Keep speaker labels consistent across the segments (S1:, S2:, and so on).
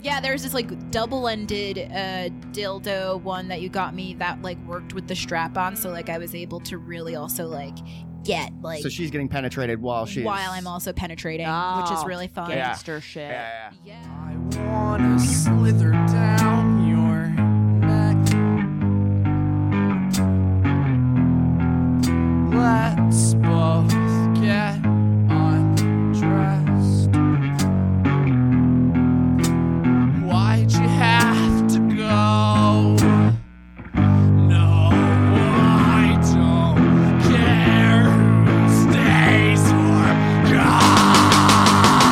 S1: Yeah, there's this like double-ended uh, dildo one that you got me that like worked with the strap on, so like I was able to really also like get like
S2: so she's getting penetrated while she's
S1: while I'm also penetrating, which is
S3: Oh,
S1: really fun.
S2: Yeah.
S3: Gangster shit.
S2: Yeah,
S1: Yeah.
S4: I wanna slither down your neck. Let's both get undressed. Why'd you have to go? No, I don't care who stays or goes.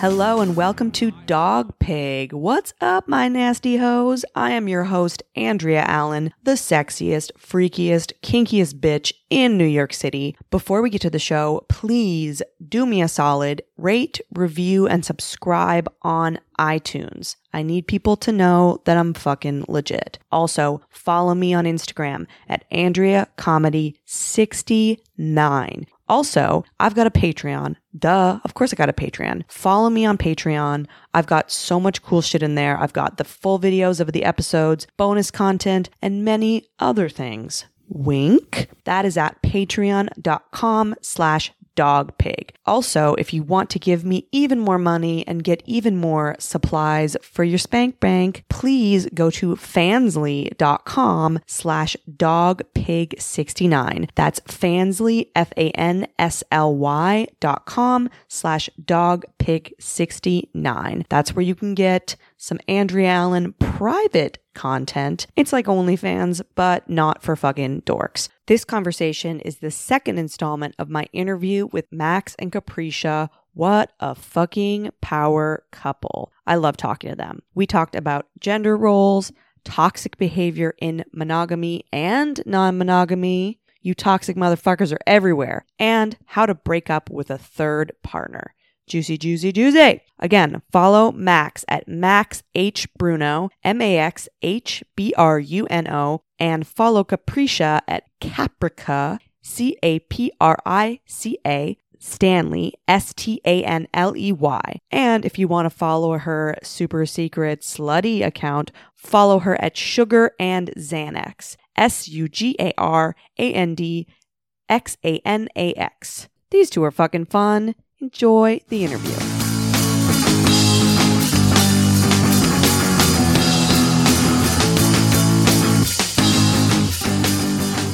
S3: Hello and welcome to Dog Pig. What's up, my nasty hoes? I am your host, Andrea Allen, the sexiest, freakiest, kinkiest bitch in New York City. Before we get to the show, please do me a solid rate, review, and subscribe on iTunes. I need people to know that I'm fucking legit. Also, follow me on Instagram at Andrea Comedy 69. Also, I've got a Patreon. Duh, of course I got a Patreon. Follow me on Patreon. I've got so much cool shit in there. I've got the full videos of the episodes, bonus content, and many other things. Wink. That is at patreon.com slash dog pig. Also, if you want to give me even more money and get even more supplies for your spank bank, please go to fansly.com slash dogpig69. That's fansly, F-A-N-S-L-Y dot com slash dogpig69. That's where you can get some Andrea Allen private content. It's like OnlyFans, but not for fucking dorks. This conversation is the second installment of my interview with Max and Capricia. What a fucking power couple. I love talking to them. We talked about gender roles, toxic behavior in monogamy and non monogamy. You toxic motherfuckers are everywhere, and how to break up with a third partner. Juicy, juicy, juicy. Again, follow Max at Max H Bruno, M A X H B R U N O, and follow Capricia at Caprica, C A P R I C A, Stanley, S T A N L E Y. And if you want to follow her super secret slutty account, follow her at Sugar and Xanax, S U G A R A N D X A N A X. These two are fucking fun. Enjoy the interview.
S2: yeah.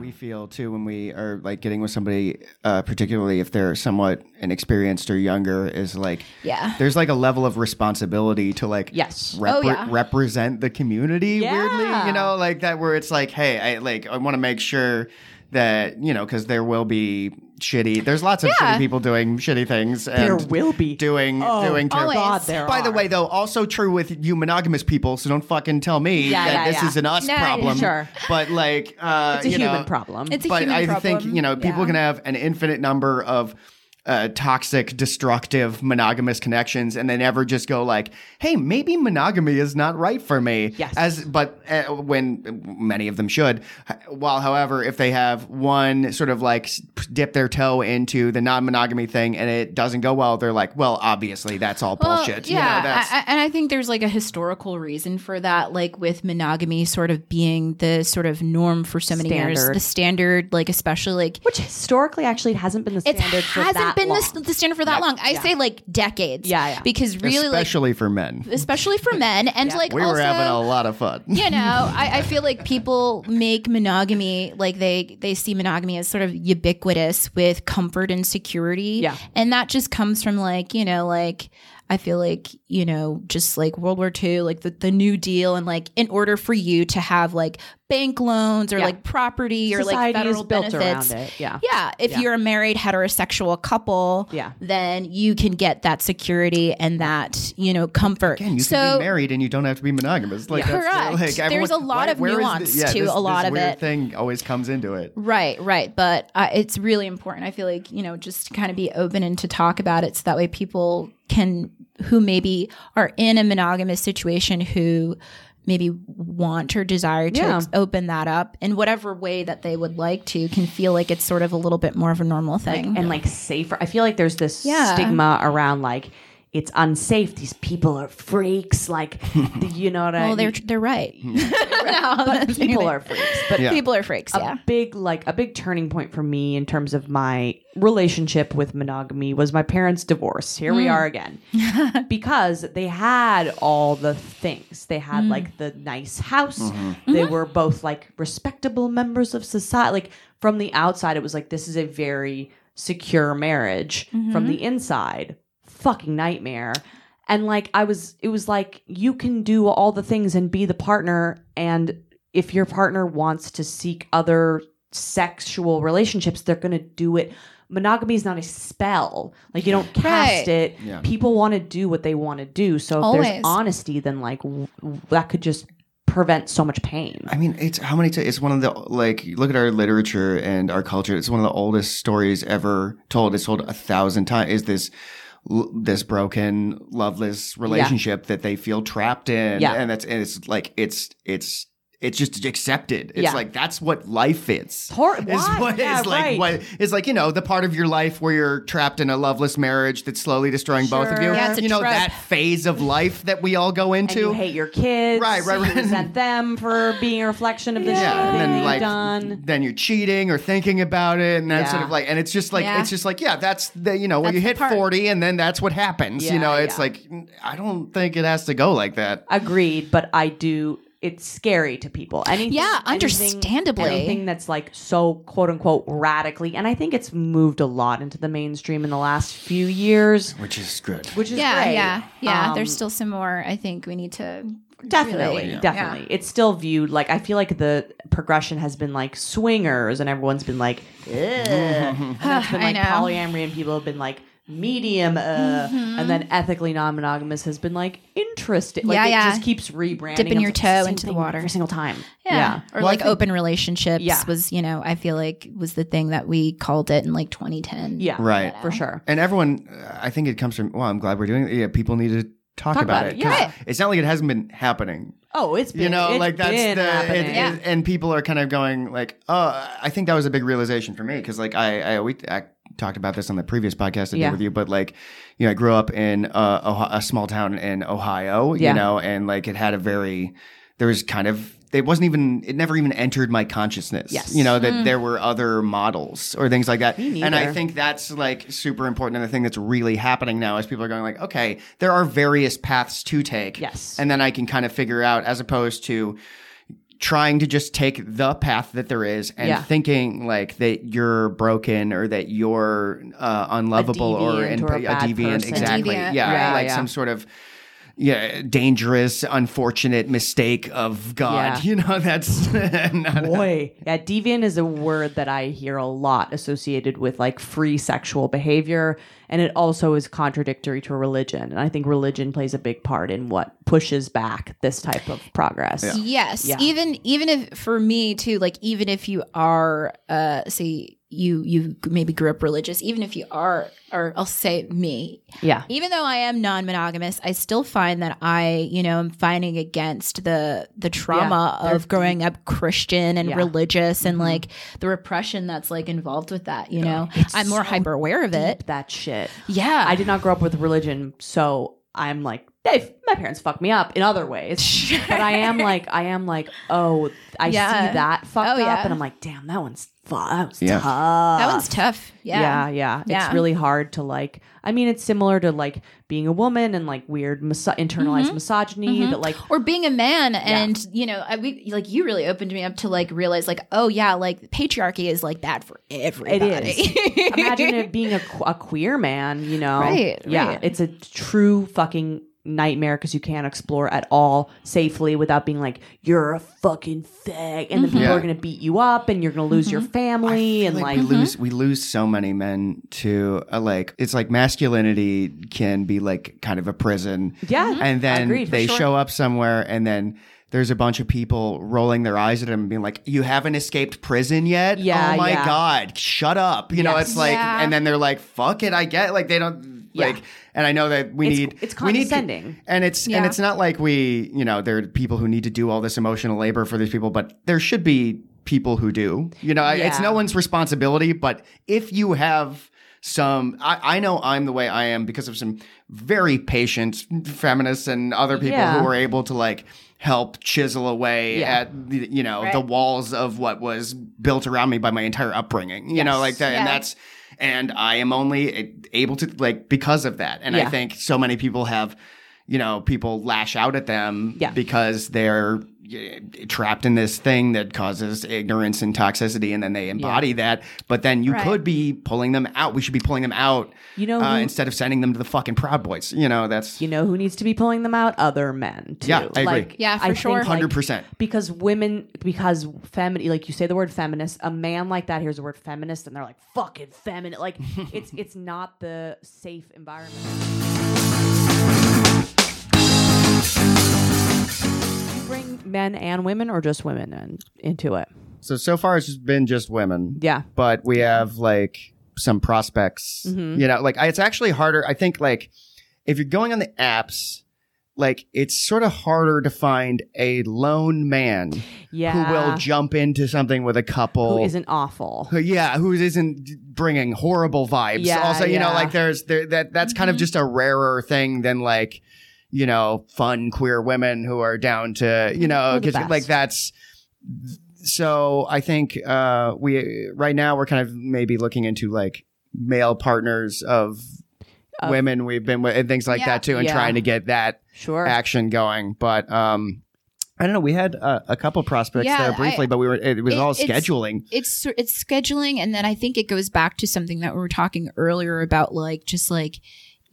S2: We feel too when we are like getting with somebody, uh, particularly if they're somewhat inexperienced or younger, is like
S1: Yeah.
S2: there's like a level of responsibility to like
S3: Yes.
S2: repre-
S1: Oh, yeah.
S2: represent the community weirdly
S3: Yeah.
S2: you know like that where it's like hey i like i want to make sure that you know because there will be shitty there's lots of
S1: Yeah.
S2: shitty people doing shitty things and
S3: There will be.
S2: doing
S3: Oh,
S2: doing terrible
S1: always.
S3: God, there
S2: by the
S3: are.
S2: way though also true with you monogamous people so don't fucking tell me
S3: Yeah,
S2: that
S3: yeah,
S2: this
S3: yeah.
S2: is an us
S1: No,
S2: problem
S3: sure.
S2: but like uh
S3: it's a
S2: you know,
S3: human problem.
S1: It's a
S2: but
S1: human
S2: I
S1: problem.
S2: think you know people
S1: Yeah.
S2: can have an infinite number of uh, toxic, destructive, monogamous connections, and they never just go like, "Hey, maybe monogamy is not right for me."
S3: Yes.
S2: As but uh, when many of them should, while however, if they have one sort of like s- dip their toe into the non-monogamy thing and it doesn't go well, they're like, "Well, obviously that's all bullshit."
S1: Well, yeah,
S2: You know, that's,
S1: I- I- and I think there's like a historical reason for that, like with monogamy sort of being the sort of norm for so many years,
S3: Standard.
S1: the standard, like especially like
S3: Which historically actually hasn't been the
S1: it
S3: standard for
S1: hasn't
S3: that
S1: been
S3: long.
S1: the, the standard for that long. I say like decades,
S3: Yeah, yeah.
S1: because really,
S2: especially for men.
S1: like especially for men, and like
S2: We
S1: also,
S2: were having a lot of fun.
S1: you know, I, I feel like people make monogamy like they they see monogamy as sort of ubiquitous with comfort and security.
S3: Yeah.
S1: And that just comes from like, you know, like I feel like, you know, just like World War II, like the, the New Deal and like in order for you to have like bank loans or
S3: Yeah.
S1: like property or like
S3: Society
S1: federal
S3: is built
S1: benefits.
S3: around it. Yeah.
S1: Yeah, if
S3: Yeah.
S1: you're a married heterosexual couple,
S3: Yeah.
S1: then you can get that security and that you know comfort.
S2: Again, you
S1: so
S2: can be married and you don't have to be monogamous. Like
S1: Yeah.
S2: that's the-
S1: Correct.
S2: like,
S1: There's a lot of
S2: where is
S1: nuance to
S2: this-
S1: a lot
S2: this
S1: of
S2: weird
S1: it.
S2: Thing always comes into it.
S1: Right, right. But uh, it's really important. I feel like, you know, just to kind of be open and to talk about it so that way people can, who maybe are in a monogamous situation who maybe want or desire to
S3: Yeah.
S1: ex- open that up in whatever way that they would like to can feel like it's sort of a little bit more of a normal thing.
S3: and like safer. I feel like there's this
S1: Yeah.
S3: stigma around like it's unsafe. These people are freaks. Like you know what I
S1: well,
S3: mean?
S1: they're they're right. No,
S3: but people are Uh, freaks. But
S1: people are freaks.
S3: a
S1: Yeah.
S3: big like a big turning point for me in terms of my relationship with monogamy was my parents' divorce. Here
S1: Hmm.
S3: we are again. because they had all the things. They
S1: Hmm.
S3: had like the nice house.
S2: Mm-hmm.
S3: They
S1: Mm-hmm.
S3: were both like respectable members of society. Like from the outside it was like this is a very secure marriage. From
S1: Mm-hmm.
S3: the inside, fucking nightmare. And like I was it was like you can do all the things and be the partner and if your partner wants to seek other sexual relationships, they're going to do it. Monogamy is not a spell. Like you don't cast
S1: Right.
S3: it.
S2: Yeah.
S3: People want to do what they want to do. So if
S1: Always.
S3: there's honesty, then like w- w- that could just prevent so much pain.
S2: I mean, it's how many? T- it's one of the like. Look at our literature and our culture. It's one of the oldest stories ever told. It's told a thousand times. Is this l- this broken, loveless relationship that they feel trapped in?
S3: Yeah.
S2: and that's and it's like it's it's it's just accepted. It's
S3: Yeah.
S2: like that's what life is.
S3: Hor-
S2: Is
S3: why?
S2: what is
S3: Yeah,
S2: like
S3: right.
S2: what is like you know the part of your life where you're trapped in a loveless marriage that's slowly destroying both of you.
S3: Sure.
S1: Yeah, it's a
S2: you know
S1: trope.
S2: that phase of life that we all go
S3: And
S2: into.
S3: you hate your kids.
S2: Right, right, right.
S3: You resent them for being a reflection of the shit
S2: Yeah, and then
S3: they've
S2: like
S3: done.
S2: then you're cheating or thinking about it, and that's sort
S3: Yeah.
S2: of like, and it's just like
S1: Yeah.
S2: it's just like yeah, that's the you know
S1: That's
S2: when you
S1: the
S2: hit
S1: part.
S2: forty, and then that's what happens.
S3: Yeah,
S2: you know, it's
S3: yeah.
S2: like I don't think it has to go like that.
S3: Agreed, but I do. It's scary to people. Anything,
S1: Yeah,
S3: anything-
S1: understandably.
S3: Anything that's like so quote unquote radically, and I think it's moved a lot into the mainstream in the last few years,
S2: Which is good.
S3: which is
S1: yeah,
S3: great.
S1: yeah, yeah.
S3: Um,
S1: There's still some more. I think we need to
S3: definitely,
S1: really-
S3: definitely. It's still viewed like I feel like the progression has been like swingers, and everyone's been like, Ugh. and then it's been
S1: I
S3: like
S1: know.
S3: polyamory, and people have been like medium, uh,
S1: Mm-hmm.
S3: and then ethically non-monogamous has been like interesting. Like
S1: Yeah,
S3: it
S1: yeah.
S3: just keeps rebranding.
S1: Dipping
S3: It's
S1: your
S3: like the
S1: toe
S3: same
S1: into the
S3: thing
S1: water.
S3: every single time.
S1: Yeah. Or
S2: Well, I
S1: like
S2: think-
S1: open relationships
S3: Yeah.
S1: was, you know, I feel like was the thing that we called it in like 2010.
S3: yeah,
S2: Right.
S3: for sure.
S2: And everyone, uh, I think it comes from. Well, I'm glad we're doing it. Yeah, people need to talk,
S3: Talk
S2: about,
S3: about
S2: it.
S3: it,
S2: 'cause
S1: yeah.
S2: It's not like it hasn't been happening.
S3: Oh, it's been,
S2: you know,
S3: it's
S2: like that's
S3: been
S2: the
S3: happening.
S2: it- it-
S1: Yeah.
S2: and people are kind of going like, oh, I think that was a big realization for me because like I I we I talked about this on the previous podcast I
S3: Yeah.
S2: did with you, but like you know, I grew up in uh, Ohio, a small town in Ohio,
S3: Yeah.
S2: you know, and like it had a very there was kind of it wasn't even it never even entered my consciousness
S3: Yes. Mm.
S2: you know that there were other models or things like that
S3: Me
S2: and i
S3: neither.
S2: think that's like super important and the thing that's really happening now is people are going like okay there are various paths to take
S3: Yes.
S2: and then I can kind of figure out as opposed to trying to just take the path that there is and
S3: Yeah.
S2: thinking like that you're broken or that you're uh, unlovable or,
S3: deviant
S2: in-
S3: or a bad person. A
S2: exactly
S1: deviant,
S2: yeah
S3: right.
S2: like
S3: Yeah.
S2: some sort of yeah dangerous unfortunate mistake of god
S3: Yeah.
S2: you know that's not-
S3: Boy, yeah, deviant is a word that I hear a lot associated with like free sexual behavior, and it also is contradictory to religion. And I think religion plays a big part in what pushes back this type of progress.
S1: Yes.
S3: Yeah.
S1: Even even if for me too, like even if you are uh say you you maybe grew up religious, even if you are or I'll say me,
S3: Yeah.
S1: even though I am non-monogamous, I still find that I, you know, am fighting against the the trauma
S3: Yeah, they're
S1: of growing up Christian and
S3: Yeah. Mm-hmm.
S1: religious and like the repression that's like involved with that, you know. I'm more hyper aware of it.
S3: That shit.
S1: Yeah.
S3: I did not grow up with religion, so I'm like, they, my parents fucked me up in other ways. But I am like, I am like, oh, I
S1: Yeah.
S3: see that fucked
S1: Oh,
S3: up,
S1: yeah.
S3: and I'm like, damn, that one's fu- that was
S2: Yeah.
S3: tough.
S1: that one's tough.
S3: Ah. yeah, yeah.
S1: Yeah.
S3: It's really hard to like. I mean, it's similar to like being a woman and like weird miso- internalized
S1: Mm-hmm.
S3: misogyny that like
S1: or being a man and you know I, we like you really opened me up to like realize like oh yeah like patriarchy is like bad for everybody
S3: is. imagine it being a, qu- a queer man. You know,
S1: Right,
S3: Yeah,
S1: right.
S3: it's a true fucking nightmare because you can't explore at all safely without being like you're a fucking fag,
S1: Mm-hmm.
S3: and then people
S2: Yeah.
S3: are gonna beat you up, and you're gonna lose your family, and like,
S2: we lose
S1: mm-hmm.
S2: we lose so many men to uh, like it's like masculinity can be like kind of a prison
S3: yeah,
S2: and then
S3: Agreed, for
S2: they
S3: sure.
S2: show up somewhere and then there's a bunch of people rolling their eyes at him and being like you haven't escaped prison yet
S3: Yeah,
S2: oh my
S3: yeah.
S2: god shut up you know
S3: Yes.
S2: it's like
S1: Yeah.
S2: and then they're like fuck it i get like they don't
S3: Yeah.
S2: Like, and I know that we
S3: It's-
S2: need
S3: it's
S2: we need-
S3: condescending.
S2: and it's and
S1: Yeah.
S2: it's not like we you know there are people who need to do all this emotional labor for these people, but there should be people who do. You know, I it's
S3: Yeah.
S2: no one's responsibility, but if you have some I, I know I'm the way I am because of some very patient feminists and other people
S3: Yeah.
S2: who were able to like help chisel away
S3: Yeah.
S2: at the, you know the walls of what was built around me by my entire upbringing you know like that and
S1: Yeah.
S2: that's and i am only able to like because of that and
S3: Yeah.
S2: i think so many people have you know people lash out at them
S3: Yeah.
S2: because they're eh, trapped in this thing that causes ignorance and toxicity and then they embody that but then you
S1: Right.
S2: could be pulling them out we should be pulling them out
S3: You know
S2: uh,
S3: who-
S2: instead of sending them to the fucking proud boys you know that's
S3: You know who needs to be pulling them out? Other men. Too.
S2: Yeah, I agree.
S3: Like,
S1: Yeah, for
S3: I think,
S1: sure.
S3: like,
S2: 100%.
S3: because women, because feminine, like you say the word feminist, a man like that hears the word feminist and they're like fucking feminine. Like it's it's not the safe environment. You bring men and women, or just women in, into it.
S2: so so far it's just been just women
S3: Yeah. Mm-hmm.
S2: but we have like some prospects. You know, like I, it's actually harder. I think like if you're going on the apps, like it's sort of harder to find a lone man
S3: Yeah.
S2: who will jump into something with a couple.
S3: Who isn't awful?
S2: who- yeah, who isn't bringing horrible vibes.
S3: Yeah,
S2: also, you know,
S3: yeah. Mm-hmm.
S2: like there's there that that's kind of just a rarer thing than like you know fun queer women who are down to you know
S3: Or Mm, the
S2: 'cause,
S3: best.
S2: like that's so I think uh we right now we're kind of maybe looking into like male partners of
S3: Of-
S2: women we've been with and things like
S1: Yeah.
S2: that too and
S3: Yeah.
S2: trying to get that
S3: Sure.
S2: action going but um I don't know. We had uh, a couple prospects
S1: Yeah,
S2: there briefly,
S1: I-
S2: but we were it was
S1: It-
S2: all
S1: it's-
S2: scheduling.
S1: it's it's scheduling and then i think it goes back to something that we were talking earlier about like just like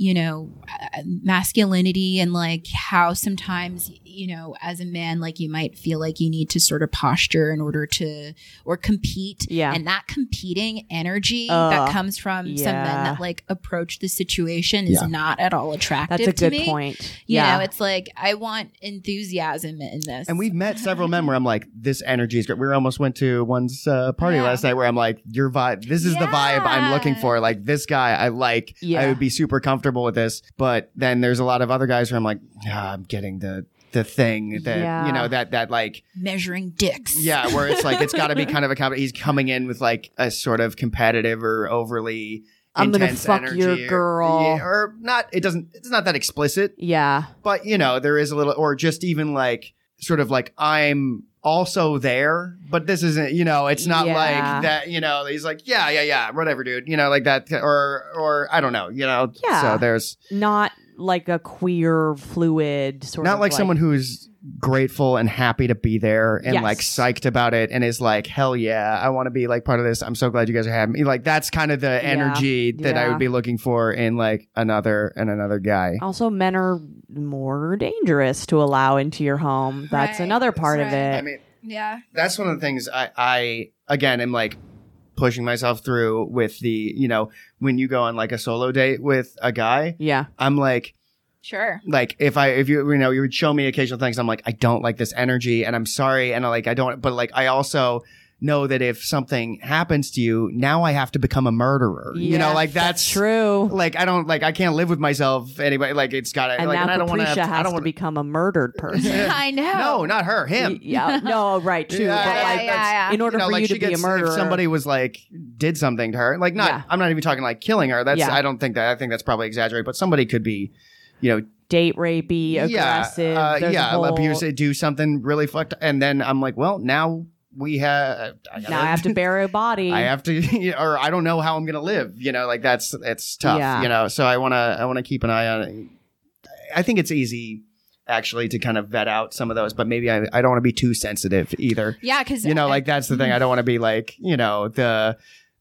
S1: you know uh, masculinity and like how sometimes you know as a man like you might feel like you need to sort of posture in order to or compete
S3: Yeah.
S1: and that competing energy
S3: Ugh,
S1: that comes from some men
S3: yeah.
S1: that like approach the situation is
S2: Yeah.
S1: not at all attractive
S3: That's a
S1: to
S3: good
S1: me.
S3: point.
S1: you
S3: yeah.
S1: know it's like i want enthusiasm in this
S2: And we've met several men where I'm like, this energy is great. We almost went to one's uh, party
S1: Yeah.
S2: last night where I'm like, your vibe, this is the vibe I'm looking for. Like, this guy I like.
S3: Yeah.
S2: I would be super comfortable with this. But then there's a lot of other guys where I'm like, ah, I'm getting the the thing that
S3: Yeah.
S2: you know that that like
S1: measuring dicks
S2: yeah where it's like it's got to be kind of a comp- he's coming in with like a sort of competitive or overly
S3: I'm gonna
S2: intense
S3: fuck
S2: energy
S3: your
S2: or-
S3: girl.
S2: yeah, or not it doesn't it's not that explicit
S3: yeah.
S2: but you know there is a little or just even like sort of like i'm also there but this isn't you know it's not
S3: Yeah.
S2: like that you know he's like yeah yeah yeah whatever dude you know like that or or i don't know you know
S3: Yeah.
S2: so there's
S3: Not like a queer fluid sort of
S2: not like, someone who's grateful and happy to be there and
S3: Yes.
S2: like psyched about it and is like hell yeah i want to be like part of this i'm so glad you guys are having me like that's kind of the energy that i
S3: Yeah.
S2: would be looking for in like another and another guy
S3: Also, men are more dangerous to allow into your home. That's
S1: Right.
S3: another part of
S1: Right.
S3: it.
S2: i mean
S1: yeah
S2: that's one of the things I, I again am like pushing myself through with the you know when you go on like a solo date with a guy
S3: yeah.
S2: i'm like
S1: sure
S2: like if i if you you know you would show me occasional things i'm like i don't like this energy and i'm sorry and i like i don't but like i also know that if something happens to you now i have to become a murderer you know
S3: Yes,
S2: like that's,
S3: true.
S2: like i don't like i can't live with myself anyway like it's gotta
S3: And
S2: like
S3: now
S2: and i don't want
S3: Capricia
S2: to
S3: has
S2: i don't
S3: to
S2: want
S3: become a murdered person.
S1: i know
S2: no not her him
S3: Y- yeah. No, right. True.
S2: Yeah,
S3: but
S2: yeah,
S3: like,
S2: yeah,
S1: yeah.
S3: in order
S2: know,
S3: for
S2: like
S3: you
S2: she
S3: to be
S2: gets,
S3: a murderer,
S2: If somebody was like did something to her, like not,
S3: Yeah.
S2: I'm not even talking like killing her. That's
S3: Yeah.
S2: I don't think that. I think that's probably exaggerated. But somebody could be, you know,
S3: date rapey, aggressive,
S2: yeah, uh,
S3: there's a
S2: yeah,
S3: whole-
S2: abuse, do something really fucked. And then I'm like, well, now we have. I gotta-
S3: Now I have to bury a body.
S2: I have to, or I don't know how I'm gonna live. You know, like that's it's tough.
S3: Yeah.
S2: You know, so I wanna I wanna keep an eye on it. I think it's easy actually to kind of vet out some of those, but maybe I, I don't want to be too sensitive either
S1: yeah because
S2: you know like that's the thing i don't want to be like you know the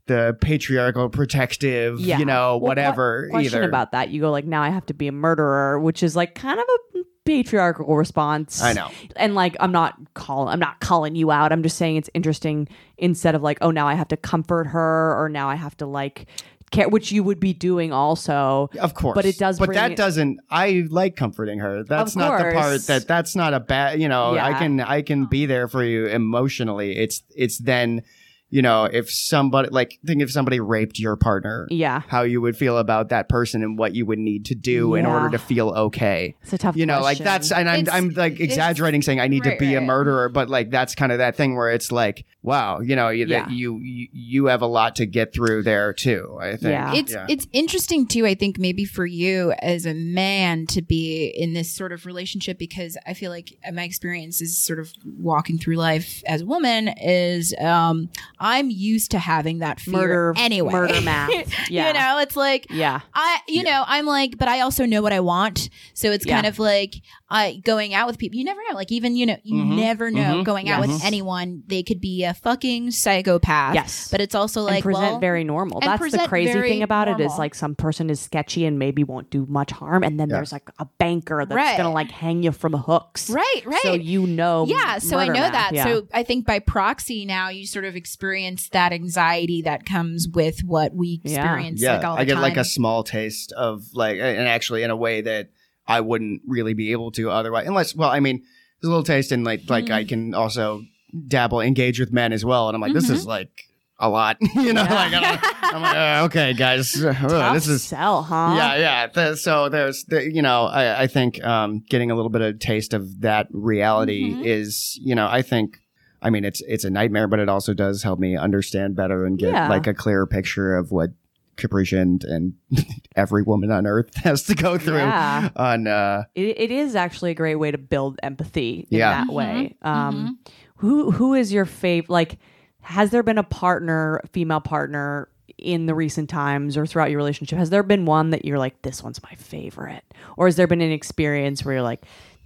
S2: the patriarchal protective
S3: Yeah.
S2: you know
S3: Well,
S2: whatever
S3: Question
S2: either
S3: about that. You go like, now I have to be a murderer, which is like kind of a patriarchal response.
S2: i know
S3: and like I'm not call I'm not calling you out. I'm just saying it's interesting instead of like oh now I have to comfort her or now I have to like care which you would be doing also.
S2: of course
S3: But it does
S2: but
S3: bring
S2: that
S3: it-
S2: doesn't i like comforting her that's not the part
S3: course.
S2: that that's not a bad you know i
S3: Yeah.
S2: can i can be there for you emotionally it's it's then you know, if somebody like think if somebody raped your partner,
S3: Yeah.
S2: how you would feel about that person and what you would need to do in
S3: Yeah.
S2: order to feel okay.
S3: It's a tough
S2: You know, like
S3: question.
S2: that's and I'm
S1: It's-
S2: I'm like exaggerating saying I need
S1: right,
S2: to be a
S1: right.
S2: murderer, but like that's kind of that thing where it's like, wow, you know, you,
S3: Yeah.
S2: that you you you have a lot to get through there too. I think.
S3: Yeah.
S1: it's
S2: yeah.
S1: it's interesting too i think maybe for you as a man to be in this sort of relationship because i feel like my experience is sort of walking through life as a woman is um i'm used to having that fear
S3: murder
S1: anyway
S3: Murder math. Yeah.
S1: you know it's like
S3: Yeah.
S1: I, you know, I'm like, but I also know what I want. So it's
S3: Yeah.
S1: kind of like uh, going out with people. You never know. Like, even, you know, you
S3: Mm-hmm.
S2: Mhm.
S1: never know
S2: Mhm.
S1: going out
S2: Yes.
S1: with anyone. They could be a fucking psychopath.
S3: Yes.
S1: But it's also
S3: and
S1: like,
S3: present
S1: well,
S3: very normal.
S1: and
S3: That's the
S1: present
S3: crazy
S1: very
S3: thing about it is
S1: normal.
S3: like some person is sketchy and maybe won't do much harm, and then
S2: Yeah.
S3: there's like a banker that's
S1: Right.
S3: gonna like hang you from hooks,
S1: right, right.
S3: So you know,
S1: yeah. So I know
S3: murder math.
S1: that.
S3: Yeah.
S1: So I think by proxy now, you sort of experience that anxiety that comes with what we
S3: Yeah.
S1: experience like all the
S2: I get
S1: time.
S2: like a small taste of like, and actually in a way that I wouldn't really be able to otherwise, unless, well, I mean, there's a little taste in like, like
S1: Mhm.
S2: I can also dabble, engage with men as well, and I'm like, this is like a lot, you know,
S3: Yeah.
S2: like I don't, I'm like, uh, okay, guys, uh,
S3: Tough
S2: this is.
S3: sell, huh?
S2: Yeah, yeah. Th- so there's, the, you know, I, I think um, getting a little bit of taste of that reality
S1: Mhm.
S2: is, you know, I think, I mean, it's it's a nightmare, but it also does help me understand better and get
S3: Yeah.
S2: like a clearer picture of what Capricia and, and every woman on earth has to go through.
S3: Yeah.
S2: On, uh,
S3: It, it is actually a great way to build empathy in
S2: Yeah.
S3: that way.
S1: Mm-hmm.
S3: Um, Who who is your favorite? Like, has there been a partner, female partner, in the recent times or throughout your relationship? Has there been one that you're like, this one's my favorite, or has there been an experience where you're like,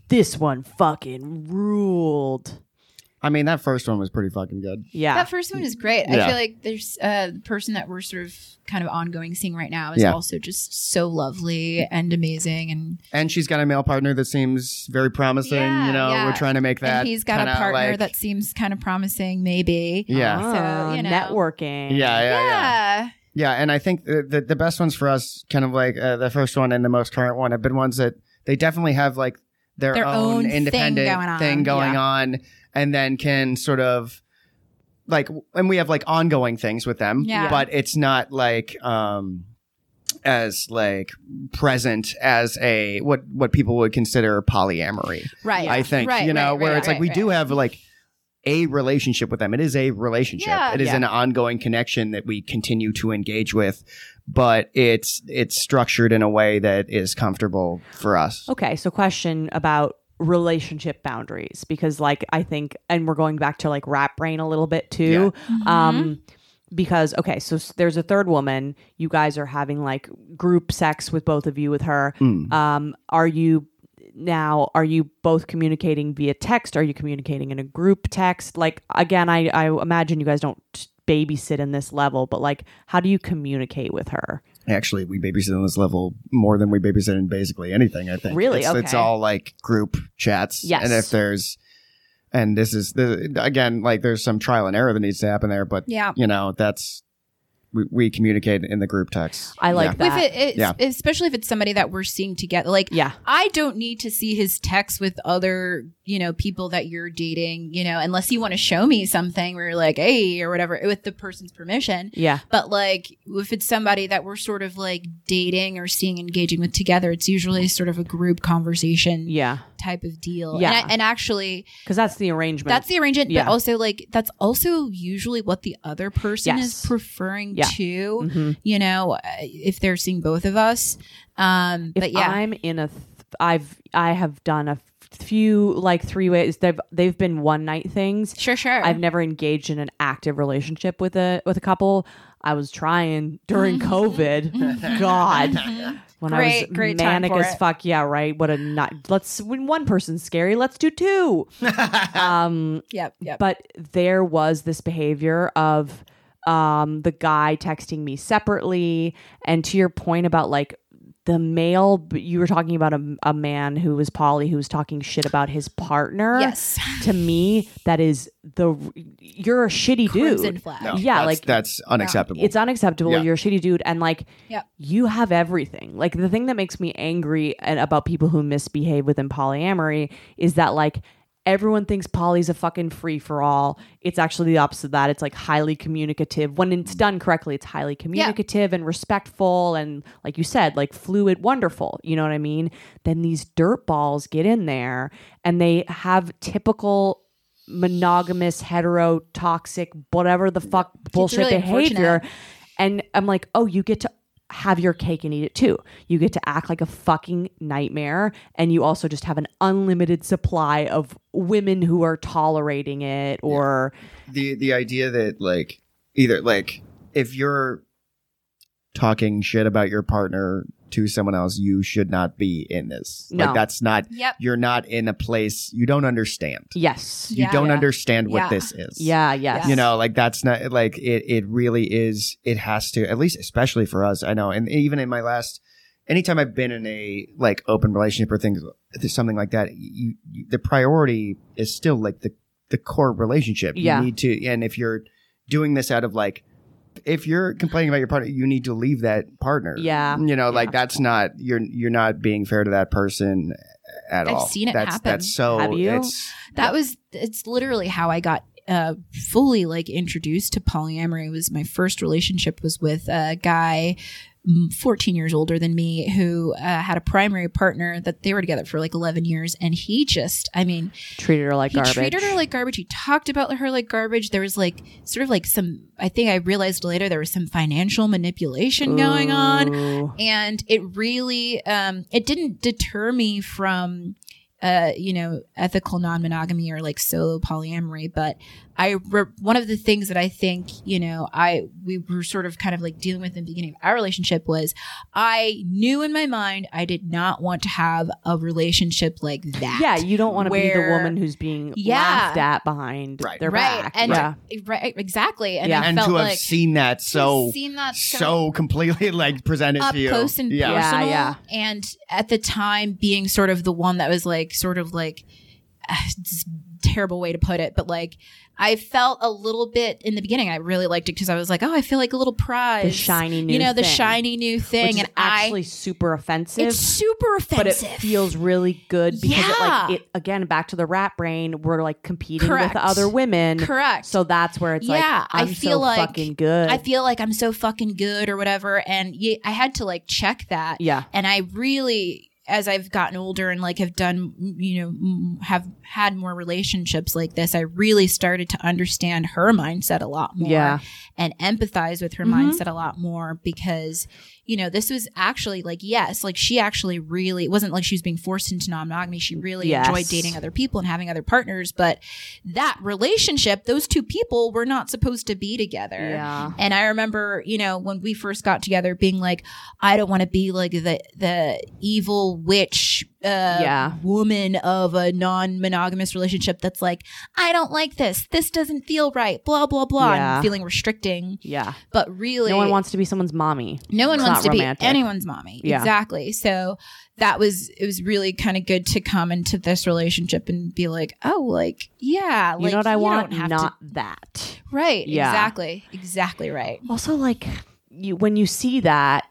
S3: this one fucking ruled?
S2: I mean, that first one was pretty fucking good.
S3: Yeah,
S1: That first one is great. I
S2: Yeah.
S1: feel like there's a person that we're sort of kind of ongoing seeing right now is
S2: Yeah.
S1: also just so lovely and amazing, and,
S2: And she's got a male partner that seems very promising.
S1: Yeah,
S2: you know,
S1: yeah.
S2: we're trying to make that.
S1: and he's got
S2: kinda,
S1: a partner
S2: like-
S1: that seems kind of promising, maybe.
S2: Yeah.
S3: Oh,
S1: So, you know.
S3: networking.
S2: yeah, yeah, yeah.
S1: Yeah.
S2: Yeah, and I think the the, the best ones for us, kind of like uh, the first one and the most current one, have been ones that they definitely have like their,
S1: Their own
S2: own,
S1: thing
S2: independent
S1: going on.
S2: thing going
S3: Yeah.
S2: on, and then can sort of like, and we have like ongoing things with them,
S1: Yeah.
S2: but it's not like um as like present as a what what people would consider polyamory.
S1: Right.
S2: I think
S1: Right,
S2: you know
S1: right,
S2: where
S1: right,
S2: it's like
S1: right,
S2: we
S1: right.
S2: do have like a relationship with them. It is a relationship.
S1: Yeah.
S2: it is
S3: Yeah.
S2: an ongoing connection that we continue to engage with, but it's it's structured in a way that is comfortable for us.
S3: Okay, so question about relationship boundaries because like I think and we're going back to like rat brain a little bit too.
S1: Mm-hmm.
S3: Um because okay, so s- there's a third woman, you guys are having like group sex with both of you with her.
S2: Mm.
S3: Um are you now are you both communicating via text? Are you communicating in a group text? Like again, I I imagine you guys don't babysit in this level, but like how do you communicate with her?
S2: Actually, we babysit on this level more than we babysit in basically anything. I think
S3: Really?
S2: it's, it's
S3: Okay.
S2: all like group chats.
S3: Yes.
S2: and if there's and this is the, again like there's some trial and error that needs to happen there, but
S1: Yeah.
S2: you know that's we, we communicate in the group text.
S3: I like
S2: Yeah.
S3: that.
S1: If it, it's,
S2: Yeah.
S1: Especially if it's somebody that we're seeing together. Like,
S3: yeah.
S1: I don't need to see his text with other, you know, people that you're dating, you know, unless you want to show me something where you're like, hey, or whatever, with the person's permission.
S3: Yeah.
S1: But like, if it's somebody that we're sort of like dating or seeing engaging with together, it's usually sort of a group conversation
S3: Yeah.
S1: type of deal.
S3: Yeah.
S1: And, I- and actually,
S3: Cuz that's the arrangement.
S1: that's the arrangement,
S3: Yeah.
S1: but also like that's also usually what the other person
S3: Yes.
S1: is preferring to.
S3: Yeah. Mhm.
S1: You know, uh, if they're seeing both of us. Um,
S3: if
S1: but yeah,
S3: I'm in a, th- I've I have done a few like three ways. They've they've been one night things.
S1: sure, sure.
S3: I've never engaged in an active relationship with a with a couple. I was trying during COVID. God, when I
S1: Great-
S3: was
S1: great time
S3: manic
S1: for
S3: as
S1: it.
S3: fuck. Yeah, right. What a not. Let's when one person's scary, let's do two. um,
S1: yep, yep.
S3: but there was this behavior of um, the guy texting me separately and to your point about like the male you were talking about a, a man who was poly who was talking shit about his partner
S1: yes,
S3: to me that is the you're a shitty
S1: crimson
S3: dude
S1: flag.
S2: No,
S3: Yeah,
S2: that's-
S3: like-
S2: that's unacceptable.
S3: it's unacceptable
S2: Yeah.
S3: you're a shitty dude and like
S1: Yeah.
S3: you have everything like the thing that makes me angry and about people who misbehave within polyamory is that like Everyone thinks Polly's a fucking free for all. It's actually the opposite of that. It's like highly communicative. When it's done correctly, it's highly communicative and respectful and like you said, like fluid, wonderful. You know what I mean? Then these dirt balls get in there and they have typical monogamous, hetero, toxic, whatever the fuck bullshit
S1: really
S3: behavior.
S1: unfortunate.
S3: And I'm like, oh, you get to have your cake and eat it too. You get to act like a fucking nightmare. And you also just have an unlimited supply of women who are tolerating it or
S2: the the idea that like either like if you're talking shit about your partner to someone else you should not be in this
S3: No.
S2: like that's not
S1: Yep.
S2: you're not in a place you don't understand
S3: yes.
S1: Yeah.
S2: you don't
S1: Yeah.
S2: understand what
S1: Yeah.
S2: this is
S3: Yeah, yes.
S2: you know like that's not like it it really is it has to at least especially for us i know and even in my last anytime i've been in a like open relationship or things something like that you, you the priority is still like the the core relationship
S3: Yeah.
S2: you need to and if you're doing this out of like if you're complaining about your partner you need to leave that partner
S3: Yeah.
S2: you know like that's not you're you're not being fair to that person at
S1: I've
S2: all
S1: seen it
S2: that's
S1: happen.
S2: that's so
S3: Have you?
S2: it's
S1: that was it's literally how i got uh fully like introduced to polyamory was my first relationship was with a guy mm, 14 years older than me who uh, had a primary partner that they were together for like 11 years and he just i mean
S3: Treated her like
S1: he
S3: garbage.
S1: treated her like garbage. He talked about her like garbage. There was like sort of like some. I think I realized later there was some financial manipulation going on
S3: Ooh.
S1: and it really um, it didn't deter me from uh, you know ethical non-monogamy or like solo polyamory but i re- one of the things that i think you know i we were sort of kind of like dealing with in the beginning of our relationship was i knew in my mind i did not want to have a relationship like that
S3: Yeah, you don't want to be the
S1: Where-
S3: woman who's being
S1: Yeah.
S3: laughed at behind
S2: Right.
S3: their
S1: right
S3: back.
S1: and
S3: yeah.
S1: right exactly and
S3: Yeah.
S1: i
S2: and to
S1: felt
S2: have
S1: like
S2: seen that
S1: to
S2: so
S1: have seen that
S2: so completely like presented
S1: up
S2: to you
S1: close and
S2: yeah.
S3: Yeah,
S1: personal.
S3: yeah.
S1: And at the time, being sort of the one that was like, sort of like, it's a terrible way to put it, but like, I felt a little bit in the beginning. I really liked it because I was like, oh, I feel like a little prize,
S3: The shiny new
S1: you know, the
S3: thing,
S1: shiny new thing,
S3: Which
S1: and
S3: is actually super
S1: I,
S3: offensive.
S1: it's super
S3: but it
S1: offensive.
S3: feels really good because it like
S1: Yeah.
S3: it again back to the rat brain we're like competing
S1: Correct.
S3: with other women
S1: correct.
S3: so that's where it's
S1: Yeah,
S3: like
S1: I
S3: I'm
S1: feel
S3: so
S1: like-
S3: fucking good
S1: I feel like I'm so fucking good or whatever, and yeah, I had to like check that.
S3: yeah
S1: and i really as i've gotten older and like have done you know m- have had more relationships like this i really started to understand her mindset a lot more
S3: Yeah.
S1: and empathize with her
S3: Mhm.
S1: mindset a lot more because you know this was actually like yes like she actually really it wasn't like she was being forced into non-monogamy she really
S3: Yes.
S1: enjoyed dating other people and having other partners but that relationship those two people were not supposed to be together
S3: yeah
S1: and I remember, you know, when we first got together, being like, I don't want to be like the the evil witch, uh,
S3: Yeah.
S1: woman of a non monogamous relationship. That's like, I don't like this. This doesn't feel right. Blah blah blah.
S3: Yeah.
S1: And feeling restricting,
S3: yeah
S1: but really,
S3: no one wants to be someone's mommy
S1: no one
S3: it's
S1: wants
S3: not
S1: to
S3: romantic.
S1: be anyone's mommy.
S3: Yeah.
S1: Exactly. So that was it. Was really kind of good to come into this relationship and be like, oh, like yeah,
S3: you
S1: like,
S3: know what I
S1: don't
S3: want
S1: have to-
S3: not that
S1: right.
S3: Yeah.
S1: Exactly. Exactly right.
S3: also like you when you see that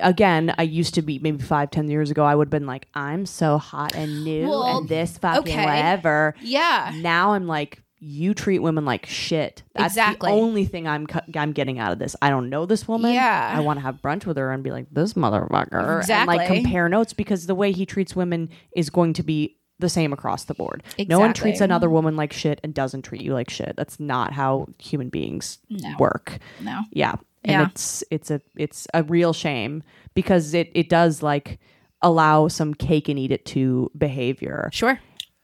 S3: again i used to be maybe five ten years ago i would have been like i'm so hot and new
S1: Well,
S3: and this fucking
S1: okay. Uh,
S3: whatever
S1: Yeah.
S3: now I'm like, you treat women like shit. That's
S1: Exactly.
S3: the only thing I'm cu- I'm getting out of this. I don't know this woman.
S1: Yeah.
S3: I want to have brunch with her and be like, this motherfucker. And like
S1: Exactly.
S3: compare notes because the way he treats women is going to be the same across the board. No one
S1: Exactly.
S3: treats another woman like shit and doesn't treat you like shit. That's not how human beings
S1: No.
S3: work.
S1: No.
S3: Yeah. And
S1: Yeah.
S3: it's it's a it's a real shame because it it does like allow some cake and eat it too behavior.
S1: Sure.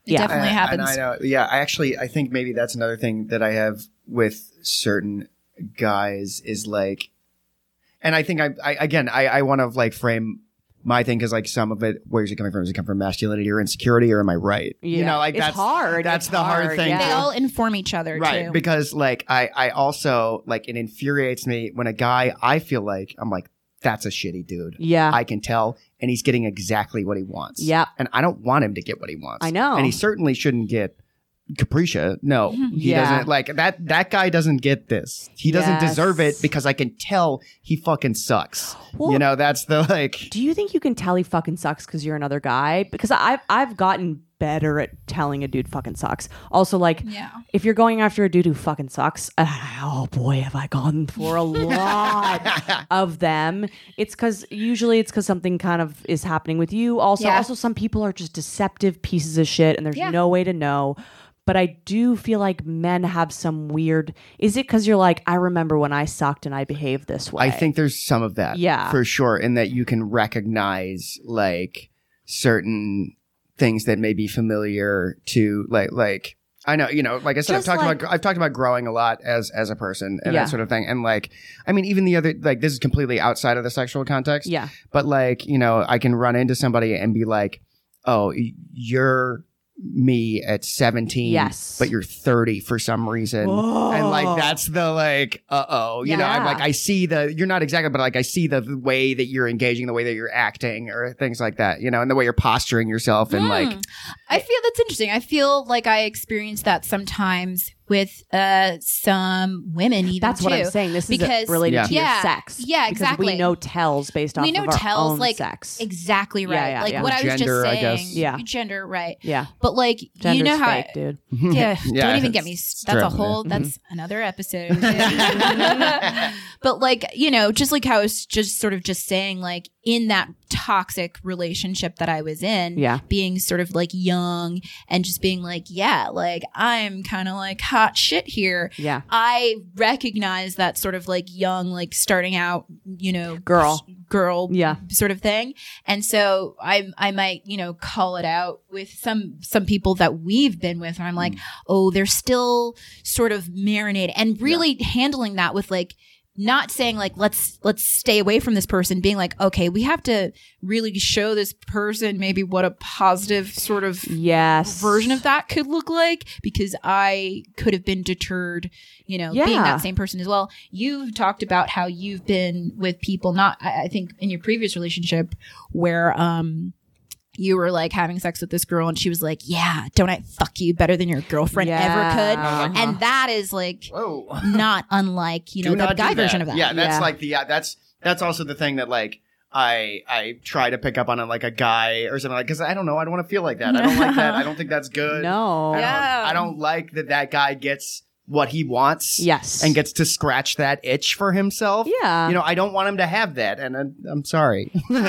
S1: It
S3: Yeah.
S1: definitely
S2: And-
S1: happens.
S2: and I know, yeah, I actually I think maybe that's another thing that I have with certain guys is like, and I think I, I again I I want to like frame my thing because like some of it where's it coming from? Does it come from masculinity or insecurity or am I right? You know, like
S3: it's
S2: that's
S3: hard.
S2: that's
S3: It's
S2: the hard thing.
S1: They
S2: Yeah.
S1: all inform each other,
S2: right
S1: Too.
S2: because like I I also like it infuriates me when a guy I feel like I'm like that's a shitty dude.
S3: Yeah.
S2: I can tell, and he's getting exactly what he wants.
S3: Yep.
S2: and I don't want him to get what he wants.
S3: I know.
S2: and he certainly shouldn't get Capricia. No, he
S3: Yeah.
S2: doesn't like that. That guy doesn't get this. He doesn't
S3: Yes.
S2: deserve it because I can tell he fucking sucks. you
S3: Well-
S2: know, that's the like.
S3: Do you think you can tell he fucking sucks because you're another guy? Because I've I've gotten better at telling a dude fucking sucks. Also, like,
S1: Yeah.
S3: if you're going after a dude who fucking sucks, oh boy, have I gone for a lot of them. It's because usually it's because something kind of is happening with you. Also,
S1: Yeah.
S3: also some people are just deceptive pieces of shit, and there's
S1: Yeah.
S3: no way to know. But I do feel like men have some weird. Is it because you're like, I remember when I sucked and I behaved this way?
S2: I think there's some of that.
S3: Yeah.
S2: For sure. In that you can recognize like certain things that may be familiar to like like I know, you know, like I said,
S3: Just
S2: I've talked
S3: like-
S2: about I've talked about growing a lot as as a person and
S3: Yeah.
S2: that sort of thing. And like I mean, even the other like this is completely outside of the sexual context.
S3: Yeah.
S2: But like, you know, I can run into somebody and be like, Oh, y- you're me at 17
S3: Yes.
S2: but you're 30 for some reason and
S1: Oh.
S2: like that's the like uh-oh you know i'm
S3: Yeah.
S2: like i see the you're not exactly but like i see the way that you're engaging the way that you're acting or things like that you know and the way you're posturing yourself and like
S1: Mm. I feel that's interesting. I feel like I experience that sometimes with uh some women even
S3: That's
S1: too.
S3: what I'm saying. This
S1: Because-
S3: is related
S2: Yeah.
S3: to your
S1: Yeah.
S3: sex.
S1: Yeah,
S3: Because
S1: exactly.
S3: we know tells based off
S1: We know
S3: of our
S1: tells,
S3: own
S1: like,
S3: sex.
S1: Exactly
S3: Yeah,
S1: right.
S3: yeah,
S1: like
S3: yeah.
S1: what I was
S2: Gender,
S1: just
S2: I
S1: saying.
S2: guess.
S3: Yeah.
S1: Gender, right.
S3: yeah.
S1: But like
S3: Gender's
S1: you know how
S3: fake, dude.
S1: Hmm. Yeah, don't even get me.
S2: it's
S1: That's a
S2: true.
S1: whole.
S2: Mhm.
S1: That's another episode. but like you know, just like how I was just sort of just saying, like in that toxic relationship that I was in,
S3: Yeah.
S1: being sort of like young and just being like, yeah, like I'm kind of like hot shit here.
S3: Yeah.
S1: I recognize that sort of like young, like starting out, you know,
S3: Girl.
S1: s- girl,
S3: Yeah.
S1: sort of thing. And so I, I might, you know, call it out with some, some people that we've been with. And I'm like, oh, they're still sort of marinated and really handling that with like, not saying like let's let's stay away from this person being like okay we have to really show this person maybe what a positive sort of
S3: Yes.
S1: version of that could look like because I could have been deterred, you know, being
S3: Yeah.
S1: that same person as well. You've talked about how you've been with people, not, I, I think, in your previous relationship where, um, you were like having sex with this girl and she was like, yeah, don't I fuck you better than your girlfriend
S3: Yeah. Uh-huh.
S1: ever could? And that is like
S2: whoa
S1: not unlike, you know,
S2: Do
S1: the
S2: not do
S1: guy
S2: that.
S1: version of that.
S2: yeah that's
S3: Yeah.
S2: like the yeah, that's that's also the thing that like I I try to pick up on a, like a guy or something like because I don't know I don't want to feel like that I don't like that I don't think that's good
S3: No.
S2: I don't,
S1: Yeah.
S2: I don't like that that guy gets what he wants
S3: Yes.
S2: and gets to scratch that itch for himself.
S3: Yeah.
S2: You know, I don't want him to have that, and I'm, I'm sorry.
S3: No.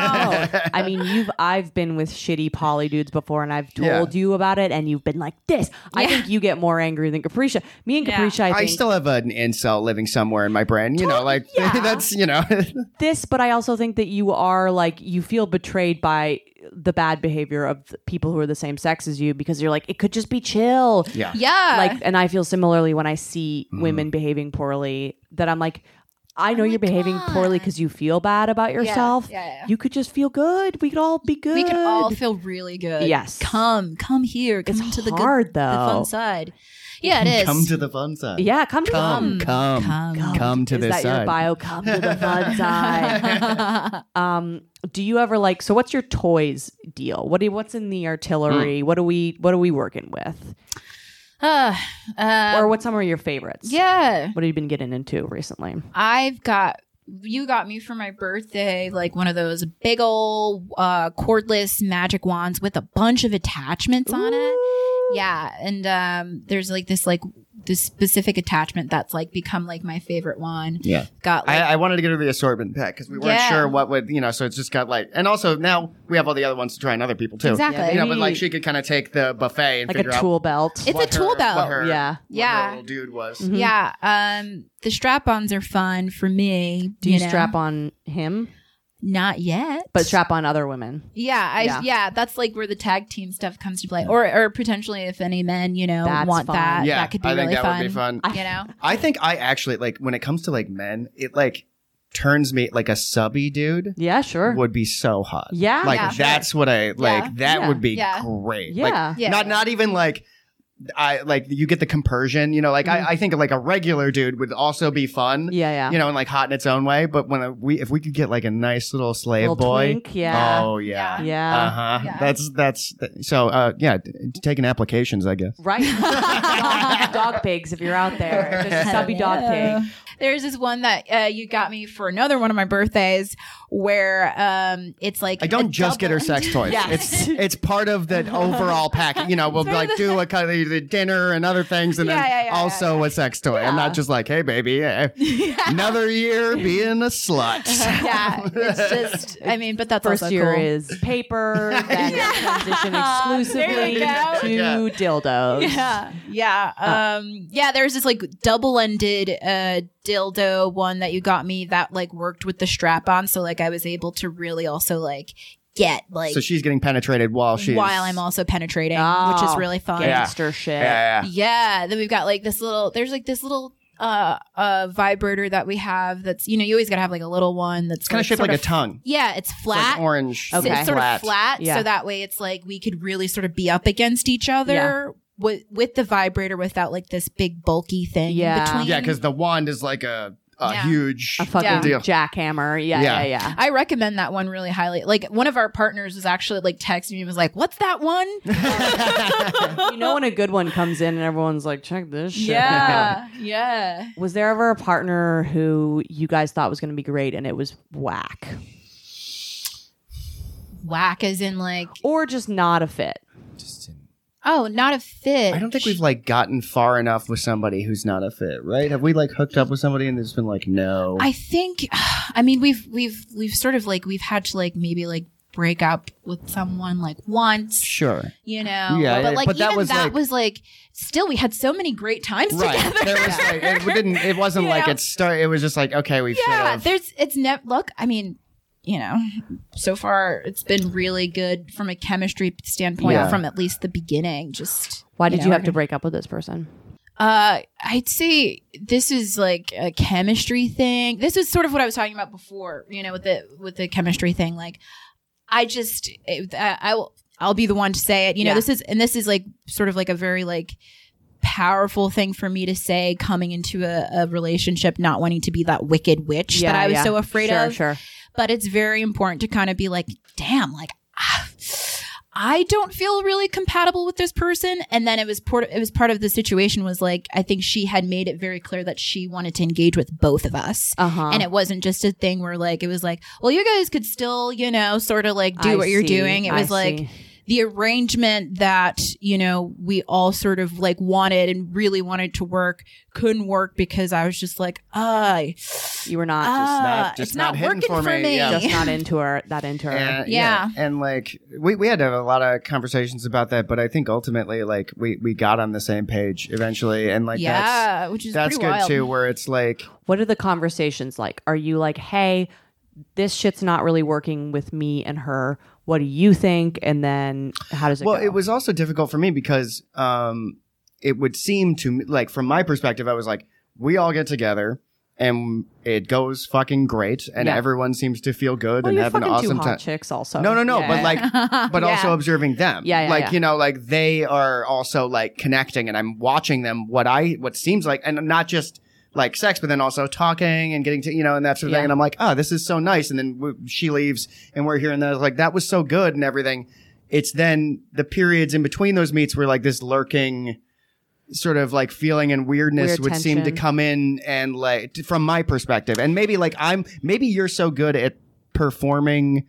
S3: I mean, you've I've been with shitty poly dudes before, and I've
S2: Yeah.
S3: told you about it, and you've been like this. I
S1: Yeah.
S3: think you get more angry than Capricia. Me and
S1: Yeah.
S3: Capricia, I
S2: I
S3: think
S2: still have an incel living somewhere in my brain. You know, like
S3: yeah.
S2: that's you know,
S3: this, but I also think that you are like you feel betrayed by the bad behavior of the people who are the same sex as you because you're like it could just be chill.
S2: yeah.
S1: Yeah.
S3: Oh. like and i feel similarly when i see women behaving poorly that i'm like i know
S1: my
S3: you're behaving poorly
S1: God.
S3: because you feel bad about yourself
S1: yeah, yeah.
S3: you could just feel good we could all be good
S1: we can all feel really good.
S3: Yes.
S1: Come, come here. Come
S3: It's
S1: to the
S3: hard,
S1: good, the
S3: though.
S1: fun side. Yeah, it is.
S2: Come to the fun side.
S3: yeah come to
S2: Come,
S3: the
S2: come, come,
S1: Come.
S2: to
S3: Is
S2: this
S3: that
S2: side.
S3: your bio? Come to the fun side. um, do you ever like? So, what's your toys deal? What do you, what's in the artillery?
S2: Hmm.
S3: What do we What are we working with?
S1: Uh, uh,
S3: or what some are your favorites?
S1: yeah,
S3: What have you been getting into recently?
S1: I've got you got me for my birthday like one of those big old uh, cordless magic wands with a bunch of attachments on it. Yeah, and um, there's like this like this specific attachment that's like become like my favorite one.
S2: Yeah.
S1: got like
S2: I, I wanted to go to the assortment pack because we weren't
S1: Yeah.
S2: sure what would you know. So it's just got like, and also now we have all the other ones to try on other people too.
S1: Exactly.
S2: You know, but
S3: Maybe-
S2: like she could kind of take the buffet and
S3: Like
S2: figure
S3: a tool
S2: out.
S3: belt.
S1: It's a
S2: what her-
S1: tool
S2: what
S1: belt.
S2: her-
S3: Yeah.
S2: what her
S1: Yeah. Mm-hmm.
S2: little dude was.
S3: Mhm.
S1: yeah. Um, the strap-ons are fun for me.
S3: Do you
S1: know.
S3: strap on him,
S1: Not yet,
S3: but strap on other women?
S1: Yeah, I,
S3: Yeah.
S1: yeah, That's like where the tag team stuff comes to play, or or potentially if any men, you know,
S3: That's
S1: want
S3: fun.
S1: that,
S2: Yeah,
S1: that could be
S2: I
S1: really
S2: think that
S1: fun.
S2: would be fun.
S1: You know,
S2: I think I actually like when it comes to like men, it like turns me like a subby dude
S3: Yeah, sure.
S2: would be so hot.
S3: Yeah.
S2: Like
S1: Yeah, sure.
S2: that's what I like
S1: Yeah.
S2: that
S3: Yeah.
S2: would be
S1: Yeah.
S2: great.
S3: Yeah.
S2: Like
S1: Yeah.
S2: not not even like I like you get the compersion, you know, like I, I think like a regular dude would also be fun.
S3: yeah, Mm-hmm. yeah.
S2: You know, and like hot in its own way, but when I, we if we could get like a nice little slave
S3: Little
S2: boy,
S3: twink, yeah.
S2: oh yeah,
S3: Yeah.
S2: uh huh.
S1: Yeah.
S2: That's that's so uh yeah, t- taking applications, I guess.
S3: Right. dog pigs, if you're out there. There's a
S1: Hello.
S3: stubby dog pig.
S1: There's this one that uh, you got me for another one of my birthdays where um, it's like
S2: I
S1: a
S2: don't just get her
S1: double-
S2: sex toys.
S3: Yes.
S2: It's it's part of the overall package. You know, we'll like do a kind of the dinner and other things, and
S1: Yeah,
S2: then
S1: yeah, yeah,
S2: also a sex toy. I'm not just like, hey, baby, eh, another year being a slut.
S1: yeah, it's just. I mean, but that's
S3: First
S1: also
S3: year
S1: cool.
S3: is paper, then transition exclusively
S1: There
S3: to
S2: you go.
S3: dildos.
S1: yeah yeah
S2: Uh,
S1: um yeah there's this like double-ended uh dildo one that you got me that like worked with the strap on so like i was able to really also like get like
S2: so she's getting penetrated while she's
S1: while i'm also penetrating which is
S3: Oh,
S1: really fun
S2: Ah, Yeah.
S3: Gangster shit.
S2: Yeah, yeah.
S1: yeah then we've got like this little there's like this little uh uh vibrator that we have that's you know you always gotta have like a little one that's
S2: It's kind of shaped
S1: sort
S2: like a tongue.
S1: yeah it's
S2: It's like
S1: flat
S2: orange.
S1: so
S3: Okay.
S1: it's sort
S2: flat.
S1: of flat
S3: Yeah.
S1: so that way it's like we could really sort of be up against each other
S3: Yeah.
S1: with with the vibrator without like this big bulky thing
S3: Yeah.
S1: in between
S2: Yeah, because the wand is like a, a
S1: Yeah.
S2: huge.
S3: A fucking
S2: Yeah.
S3: jackhammer. Yeah, yeah,
S2: Yeah.
S3: yeah.
S1: I recommend that one really highly. Like one of our partners was actually like texting me and was like, "What's that one?"
S3: you know when a good one comes in and everyone's like, check this shit out.
S1: yeah, yeah.
S3: Was there ever a partner who you guys thought was going to be great and it was whack?
S1: Whack as in like,
S3: Or just not a fit?
S1: oh, not a fit.
S2: I don't think we've like gotten far enough with somebody who's not a fit, right? Have we like hooked up with somebody and it's been like no?
S1: I think. I mean, we've we've we've sort of like we've had to like maybe like break up with someone like once
S2: sure.
S1: you know but
S2: Yeah, yeah,
S1: like
S2: but that
S1: even
S2: was,
S1: that
S2: like-
S1: was like still we had so many great times
S2: Right.
S1: together
S2: There was like, it didn't. It wasn't
S1: You
S2: like
S1: know?
S2: it started. It was just like okay, we
S1: yeah
S2: should have.
S1: there's it's never look i mean you know so far it's been really good from a chemistry standpoint
S2: Yeah.
S1: from at least the beginning just
S3: Why did
S1: know,
S3: you have
S1: we're
S3: to break up with this person?
S1: Uh, I'd say this is like a chemistry thing. This is sort of what I was talking about before, you know, with the with the chemistry thing. Like, I just it, I, I will I'll be the one to say it. You know,
S3: Yeah.
S1: this is and this is like sort of like a very like powerful thing for me to say coming into a, a relationship, not wanting to be that wicked witch that I was
S3: yeah.
S1: so afraid
S3: Sure,
S1: of
S3: Sure.
S1: but it's very important to kind of be like, damn, like ah, I don't feel really compatible with this person. And then it was part it was part of the situation was like I think she had made it very clear that she wanted to engage with both of us.
S3: Uh huh.
S1: And it wasn't just a thing where like it was like, well, you guys could still, you know, sort of like do
S3: I
S1: what you're
S3: see,
S1: doing. It
S3: I
S1: was like
S3: see.
S1: the arrangement that, you know, we all sort of like wanted and really wanted to work couldn't work because I was just like, I
S3: you were not
S1: ah,
S2: not- just
S1: it's not,
S2: not hitting
S1: working
S2: for
S1: for
S2: me,
S1: me.
S2: yeah.
S3: just not into her. That into her.
S2: And-
S1: Yeah.
S2: And like we, we had a lot of conversations about that, but I think ultimately like we, we got on the same page eventually and like that's
S1: yeah, which is
S2: that's
S1: pretty
S2: good
S1: wild.
S2: too, where it's like
S3: What are the conversations like? Are you like, hey, this shit's not really working with me and her. What do you think? And then how does it
S2: well,
S3: go?
S2: it was also difficult for me because um it would seem to me like from my perspective, I was like, we all get together and it goes fucking great and
S3: Yeah.
S2: everyone seems to feel good
S3: well,
S2: and
S3: Oh, you're
S2: have an
S3: fucking two
S2: awesome
S3: hot
S2: time.
S3: chicks also.
S2: No, no, no.
S3: Yeah.
S2: But like, but
S1: Yeah.
S2: also observing them.
S3: Yeah, yeah,
S2: like
S3: yeah.
S2: you know, like they are also like connecting, and I'm watching them. What I what seems like, and not just like sex, but then also talking and getting to you know, and that sort of
S3: Yeah.
S2: thing. And I'm like, oh, this is so nice. And then w- she leaves, and we're here, and then I was like, that was so good, and everything. It's then the periods in between those meets were like this lurking. Sort of like feeling and weirdness
S3: Weird
S2: would seem to
S3: tension.
S2: come in and like t- from my perspective, and maybe like I'm maybe you're so good at performing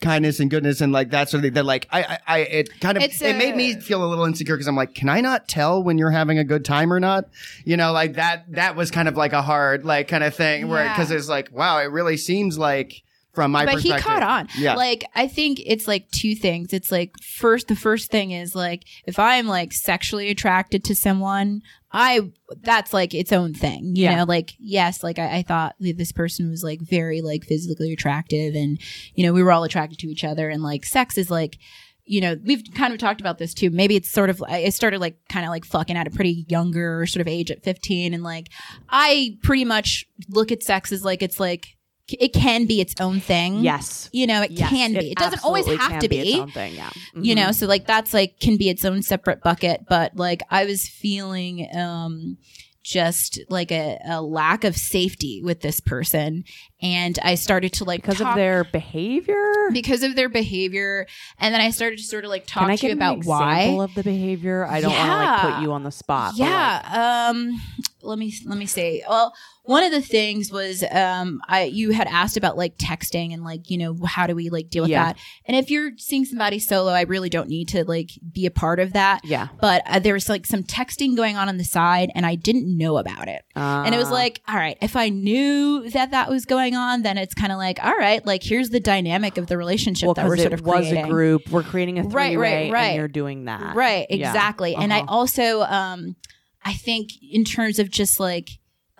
S2: kindness and goodness and like that sort of thing that like I I, I it kind of
S1: It's
S2: it made me
S1: a-
S2: feel a little insecure because I'm like can I not tell when you're having a good time or not you know like that that was kind of like a hard like kind of thing where
S1: Yeah.
S2: because it's like wow it really seems like from my
S1: but he
S2: perspective
S1: caught on.
S2: Yeah.
S1: Like I think it's like two things. It's like first the first thing is like if I'm like sexually attracted to someone, I that's like its own thing. You
S3: Yeah.
S1: know, like yes, like I, I thought that this person was like very like physically attractive and you know, we were all attracted to each other and like sex is like you know, we've kind of talked about this too. Maybe it's sort of, I I started like kind of like fucking at a pretty younger sort of age at 15. And like, I pretty much look at sex as like, it's like, it can be its own thing.
S3: yes.
S1: You know, it
S3: Yes,
S1: Mm-hmm. can be. It doesn't always
S3: absolutely
S1: have
S3: can
S1: to be.
S3: its own thing, yeah.
S1: You
S3: Mhm.
S1: know, so like that's like can be its own separate bucket. But like I was feeling um just like a, a lack of safety with this person. and I started to like
S3: because of
S1: talk-
S3: their behavior.
S1: because of their behavior, and then I started to sort of like talk
S3: Can I
S1: to
S3: get
S1: you
S3: an
S1: about why.
S3: example of the behavior? I don't want to like
S1: Yeah.
S3: put you on the spot. but, like,
S1: Yeah. Um. Let me let me say. Well, one of the things was um. I you had asked about like texting and like you know how do we like deal with
S3: Yeah.
S1: that? And if you're seeing somebody solo, I really don't need to like be a part of that.
S3: yeah.
S1: But uh, there was like some texting going on on the side, and I didn't know about it. And it was
S3: Uh,
S1: like, all right, if I knew that that was going on, then it's kind of like, all right, like here's the dynamic of the relationship
S3: well,
S1: that we're
S3: 'cause
S1: sort
S3: it
S1: of
S3: was
S1: creating.
S3: a group. We're creating a three
S1: Right, right, right.
S3: and you're doing that.
S1: Right,
S3: Yeah.
S1: exactly. And I
S3: Uh-huh.
S1: also um I think in terms of just like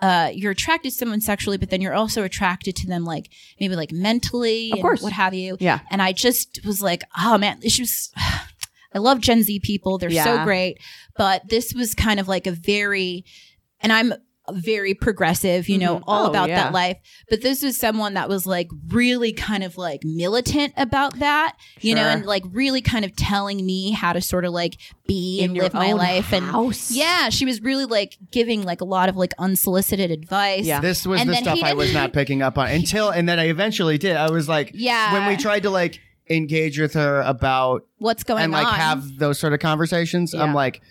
S1: uh you're attracted to someone sexually, but then you're also attracted to them like maybe like mentally
S3: Of
S1: and
S3: course.
S1: what have you.
S3: Yeah.
S1: And I just was like, oh man, she was I love Gen Z people. They're
S3: Yeah.
S1: so great. But this was kind of like a very and I'm very progressive, you know,
S3: Mhm.
S1: all
S3: Oh,
S1: about
S3: yeah.
S1: that life. But this was someone that was like really kind of like militant about that, you know,
S3: Sure.
S1: and like really kind of telling me how to sort of like be
S3: in
S1: and
S3: your
S1: live my
S3: own
S1: life and
S3: house.
S1: yeah, she was really like giving like a lot of like unsolicited advice.
S3: Yeah.
S2: This was
S1: And
S2: the
S1: then
S2: stuff
S1: he
S2: I was
S1: didn't-
S2: not picking up on until, and then I eventually did. I was like,
S1: Yeah.
S2: When we tried to like engage with her about
S1: What's going
S2: and like
S1: on?
S2: have those sort of conversations,
S3: Yeah.
S2: I'm like,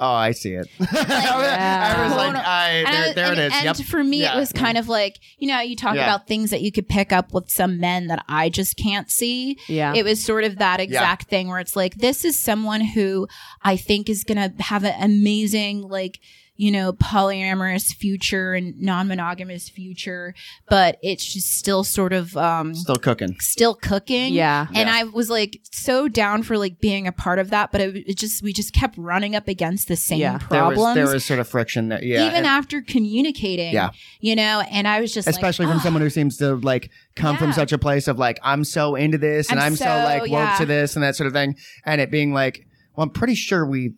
S2: oh, I see it. I was like, I,
S1: And I-
S2: there, there
S1: and,
S2: it is.
S1: and
S2: yep.
S1: for me,
S2: Yeah.
S1: it was kind of like you know you talk
S2: Yeah.
S1: about things that you could pick up with some men that I just can't see.
S3: Yeah.
S1: It was sort of that exact thing where it's like, this is someone who I think is going to have an amazing, like, you know, polyamorous future and non monogamous future, but it's just still sort of um,
S2: Still cooking.
S1: still cooking.
S3: yeah.
S1: And
S2: Yeah.
S1: I was like so down for like being a part of that, but it, it just, we just kept running up against the same
S3: Yeah.
S2: There was,
S1: problems.
S2: there was sort of friction there. Yeah.
S1: even
S2: and-
S1: after communicating,
S2: Yeah.
S1: you know, and I was just like,
S2: especially from
S1: "Ah."
S2: someone who seems to like come from
S1: Yeah.
S2: such a place of like i'm so into this and i'm,
S1: I'm
S2: so,
S1: so-
S2: like woke
S1: yeah.
S2: to this and that sort of thing and it being like well i'm pretty sure we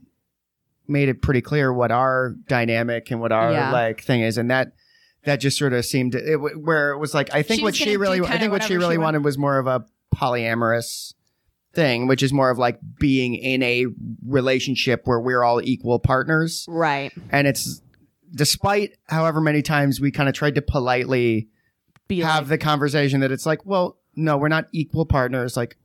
S2: made it pretty clear what our dynamic and what our
S3: Yeah.
S2: like thing is and that that just sort of seemed it, w- where it was like i think
S1: She
S2: what
S1: was gonna
S2: she
S1: do
S2: really i
S1: kinda
S2: think what she
S1: whatever she
S2: really
S1: wanted.
S2: wanted was more of a polyamorous thing which is more of like being in a relationship where we're all equal partners
S3: Right.
S2: and it's despite however many times we kind of tried to politely
S3: Be
S2: have
S3: like,
S2: the conversation that it's like, well, no, we're not equal partners. Like,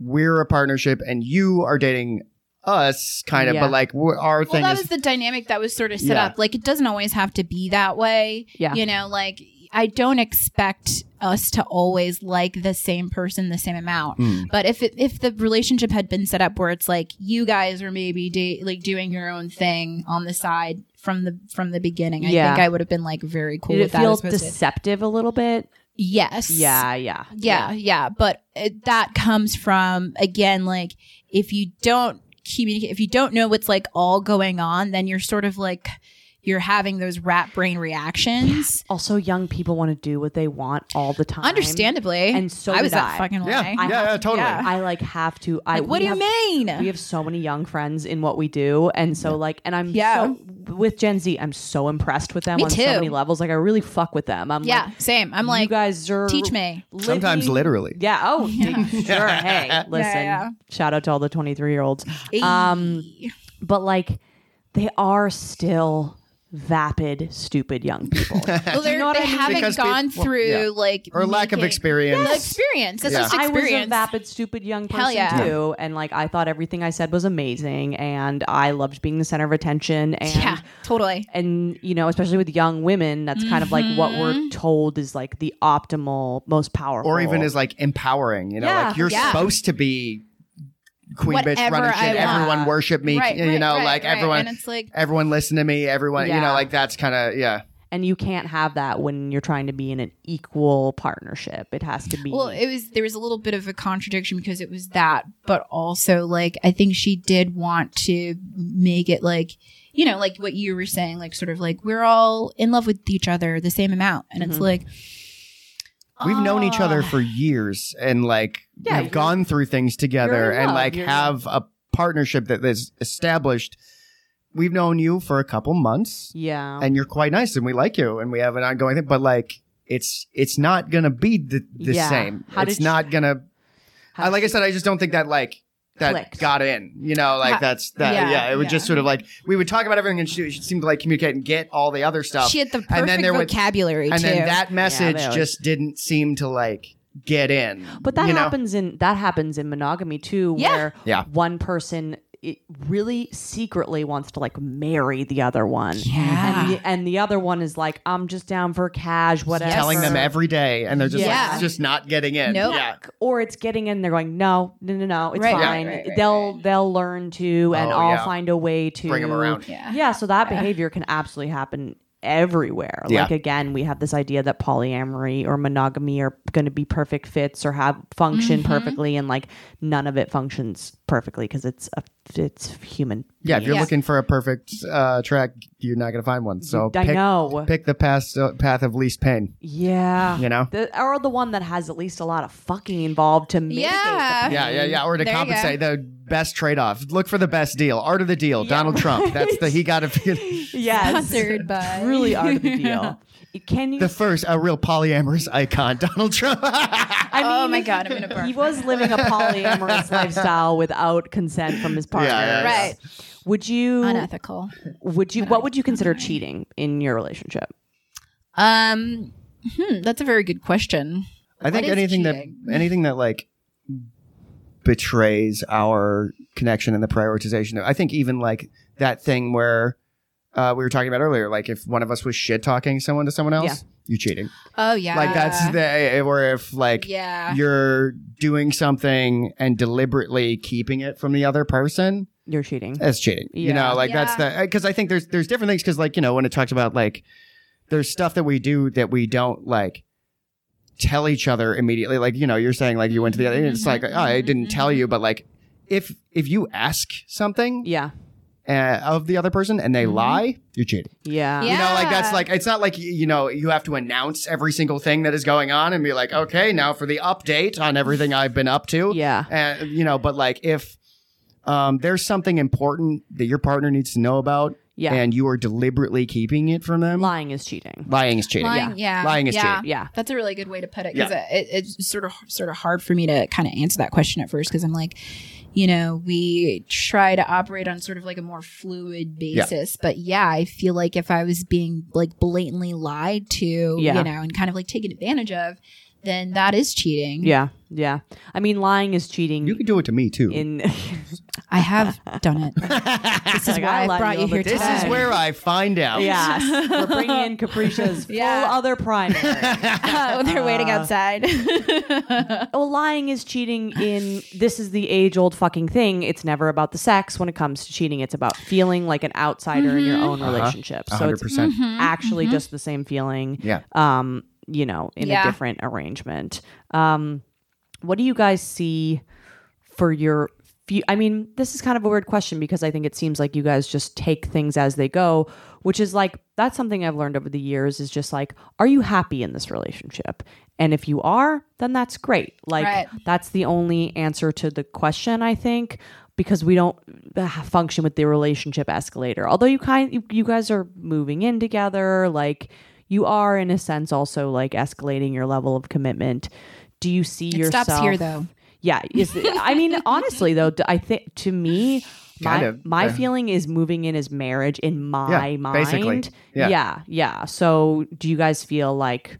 S2: we're a partnership, and you are dating us, kind of.
S3: Yeah.
S2: But like, we our
S1: Well,
S2: thing
S1: that
S2: is
S1: was the dynamic that was sort of set
S2: Yeah.
S1: up. Like, it doesn't always have to be that way.
S3: Yeah.
S1: You know, like, I don't expect us to always like the same person the same amount.
S2: Mm.
S1: But if it, if the relationship had been set up where it's like you guys are maybe da- like doing your own thing on the side from the from the beginning,
S3: Yeah.
S1: I think I would have been like very cool
S3: did it
S1: with that.
S3: feel
S1: as opposed to-
S3: deceptive a little bit?
S1: yes.
S3: Yeah. Yeah.
S1: Yeah, yeah, But it, that comes from again, like if you don't communicate, if you don't know what's like all going on, then you're sort of like you're having those rat brain reactions.
S3: Also, young people want to do what they want all the time.
S1: Understandably,
S3: And so
S1: I was
S3: did
S1: that
S3: I.
S1: fucking way.
S2: yeah, yeah,
S3: I
S2: yeah,
S3: have-
S2: totally.
S1: yeah.
S3: I like have to. I.
S1: Like, what do
S3: we
S1: you
S3: have-
S1: mean?
S3: We have so many young friends in what we do, and so like, and I'm
S1: Yeah.
S3: so with Gen Z. I'm so impressed with them
S1: Me
S3: on
S1: too.
S3: so many levels. Like, I really fuck with them. I'm
S1: yeah,
S3: like,
S1: same. I'm
S3: you
S1: like,
S3: guys are
S1: teach me.
S3: living-
S2: sometimes literally.
S3: Yeah. Oh, sure. Hey, listen.
S1: yeah.
S3: Shout out to all the 23 year olds. Um, but like, they are still vapid, stupid young people.
S1: well, they're-
S3: you know what
S1: they
S3: I mean?
S1: haven't
S2: Because peop-
S1: gone
S2: well,
S1: through
S2: yeah.
S1: like
S2: Or lack of
S1: making-
S2: experience.
S1: Yeah, experience. That's
S2: Yeah.
S1: just
S3: I was a
S1: experience.
S3: vapid, stupid young person
S1: Hell yeah.
S3: too, and like I thought everything I said was amazing, and I loved being the center of attention, and
S1: yeah, totally.
S3: and you know, especially with young women, that's kind of like what
S1: Mm-hmm.
S3: we're told is like the optimal, most powerful,
S2: Or even is like empowering. You know,
S3: Yeah,
S2: like you're
S1: yeah.
S2: supposed to be queen bitch
S1: Whatever
S2: running
S1: I
S2: shit.
S1: want.
S2: Everyone worship me.
S1: right,
S2: you
S1: right,
S2: know,
S1: right,
S2: like
S1: right.
S2: everyone.
S1: And it's like
S2: Everyone listen to me. Everyone, you
S3: Yeah.
S2: know, like that's kind of yeah.
S3: and you can't have that when you're trying to be in an equal partnership. It has to be
S1: Well, it was there was a little bit of a contradiction because it was that, but also like I think she did want to make it like you know like what you were saying, like sort of like we're all in love with each other the same amount, and it's like
S2: Mm-hmm. We've known each other
S1: ah,
S2: for years and like
S3: Yeah,
S2: have
S3: you're-
S2: gone through things
S3: you're
S2: together
S3: in
S2: and
S3: love.
S2: like
S3: You're-
S2: have a partnership that is established. We've known you for a couple months
S3: yeah,
S2: and you're quite nice and we like you and we have an ongoing thing, but like it's it's not gonna be the, the
S3: Yeah.
S2: same.
S3: How
S2: it's
S3: did you-
S2: not gonna
S3: How
S2: I,
S3: did
S2: like I
S3: you-
S2: said, I just don't think that like that
S3: clicked.
S2: got in. You know, like
S1: Ha-
S2: that's that. Yeah,
S1: yeah,
S2: it would
S1: yeah.
S2: just sort of like we would talk about everything, and she, she seemed to like communicate and get all the other stuff.
S1: She had the perfect
S2: And then there was-
S1: vocabulary
S2: and
S1: too.
S2: then that message
S3: they would-
S2: just didn't seem to like get in.
S3: But that
S2: you know?
S3: happens in that happens in monogamy too,
S1: Yeah.
S3: where
S2: Yeah.
S3: one person it really secretly wants to like marry the other one,
S1: Yeah.
S3: and the, and the other one is like, I'm just down for cash, whatever.
S2: telling them every day, and they're just
S1: Yeah.
S2: like, it's just not getting in.
S1: Nope.
S2: Yeah.
S3: or it's getting in. They're going, no, no, no, no, it's
S1: Right.
S2: Yeah.
S3: fine.
S1: Right, right,
S3: they'll they'll learn to, and
S2: Oh,
S3: I'll
S2: yeah.
S3: find a way to
S2: Bring 'em around.
S1: yeah.
S3: Yeah, so that behavior can absolutely happen everywhere.
S2: Yeah.
S3: Like again, we have this idea that polyamory or monogamy are going to be perfect fits or have function
S1: Mm-hmm.
S3: perfectly, and like none of it functions perfectly because it's a it's human.
S2: Yeah, if you're
S1: Yeah.
S2: looking for a perfect uh, track, you're not going to find one. So
S3: I
S2: pick,
S3: know.
S2: pick the path, uh, path of least pain.
S3: yeah,
S2: You know?
S3: the, or the one that has at least a lot of fucking involved to mitigate.
S1: Yeah.
S2: Yeah, yeah, yeah. Or to
S1: There you go.
S2: compensate, the best trade off. Look for the best deal. Art of the deal. Donald Trump. That's the he got a
S3: The, yes,
S1: Sponsored by
S3: truly are the deal. Can you?
S2: the first a real polyamorous icon. Donald Trump.
S3: I mean,
S1: Oh my god, I'm gonna burn.
S3: He was living a polyamorous lifestyle without consent from his partner.
S2: yeah, yeah.
S1: Right.
S3: Would you
S1: Unethical.
S3: would you what would you consider cheating in your relationship?
S1: Um, hmm, that's a very good question.
S2: I think
S1: What is
S2: anything
S1: cheating?
S2: that anything that like betrays our connection and the prioritization. I think even like that thing where uh, we were talking about earlier, like if one of us was shit talking someone to someone else,
S3: Yeah.
S2: you cheating.
S1: Oh yeah,
S2: Like that's the or if like
S1: yeah.
S2: you're doing something and deliberately keeping it from the other person,
S3: You're cheating.
S2: that's cheating. You
S3: Yeah.
S2: know, like that's the because I think there's there's different things because like you know when it talks about like there's stuff that we do that we don't like tell each other immediately. Like you know you're saying like you went to the other, and
S3: Mm-hmm.
S2: it's like oh, I didn't tell you, but like if if you ask something
S3: Yeah. Mm-hmm.
S2: uh, of the other person and they lie, you're cheating.
S3: Yeah.
S1: Yeah.
S2: You know, like that's like it's not like y- you know you have to announce every single thing that is going on and be like, okay, now for the update on everything I've been up to.
S3: Yeah.
S2: and you know, but like if um, there's something important that your partner needs to know about,
S3: Yeah.
S2: and you are deliberately keeping it from them,
S3: Lying is cheating.
S2: lying is cheating.
S1: Lying, yeah.
S2: lying is
S1: Yeah.
S2: cheating.
S3: Yeah.
S1: That's a really good way to put it because it, it's sort of sort of hard for me to kind of answer that question at first because I'm like, you know, we try to operate on sort of like a more fluid basis, but yeah, I feel like if I was being like blatantly lied to,
S3: Yeah.
S1: you know, and kind of like taken advantage of, then that is cheating.
S3: Yeah. Yeah. I mean lying is cheating
S2: You can do it to me too.
S3: in
S1: I have done it. This is
S3: Like, I
S1: why I,
S3: lied
S1: brought you
S3: to you all
S1: here
S3: the
S2: this
S1: today.
S2: is where I find out.
S3: Yes. We're bringing in Capricia's
S1: Yeah.
S3: full other primary.
S1: they're waiting outside.
S3: well, oh, lying is cheating in this is the age old fucking thing. It's never about the sex when it comes to cheating. It's about feeling like an outsider in your own relationship. So
S2: Mm-hmm. Uh-huh. hundred
S3: it's
S2: percent.
S3: actually just the same feeling.
S2: Yeah.
S3: Um, you know, in
S1: Yeah.
S3: a different arrangement. Um, what do you guys see for your fu- I mean, this is kind of a weird question because I think it seems like you guys just take things as they go, which is like that's something I've learned over the years is just like are you happy in this relationship? And if you are, then that's great. Like
S1: Right.
S3: that's the only answer to the question, I think, because we don't uh, function with the relationship escalator. Although you kind you, you guys are moving in together, like you are in a sense also like escalating your level of commitment. Do you see
S1: It
S3: yourself
S1: stops here, though.
S3: Yeah, is I mean honestly though, d- I think to me my,
S2: Kind of,
S3: my
S2: yeah.
S3: feeling is moving in is marriage in my
S2: Yeah,
S3: mind.
S2: basically. Yeah.
S3: yeah, yeah. So do you guys feel like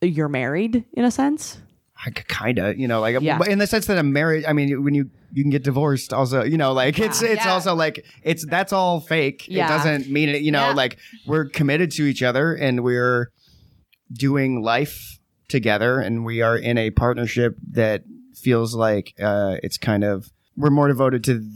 S3: you're married in a sense?
S2: I kind of, you know, like
S3: Yeah.
S2: but in the sense that a marriage. I mean, when you you can get divorced, also, you know, like it's it's
S1: Yeah.
S2: also like it's that's all fake.
S3: Yeah.
S2: It doesn't mean it. You know,
S1: Yeah.
S2: like we're committed to each other and we're doing life together, and we are in a partnership that feels like uh, it's kind of we're more devoted to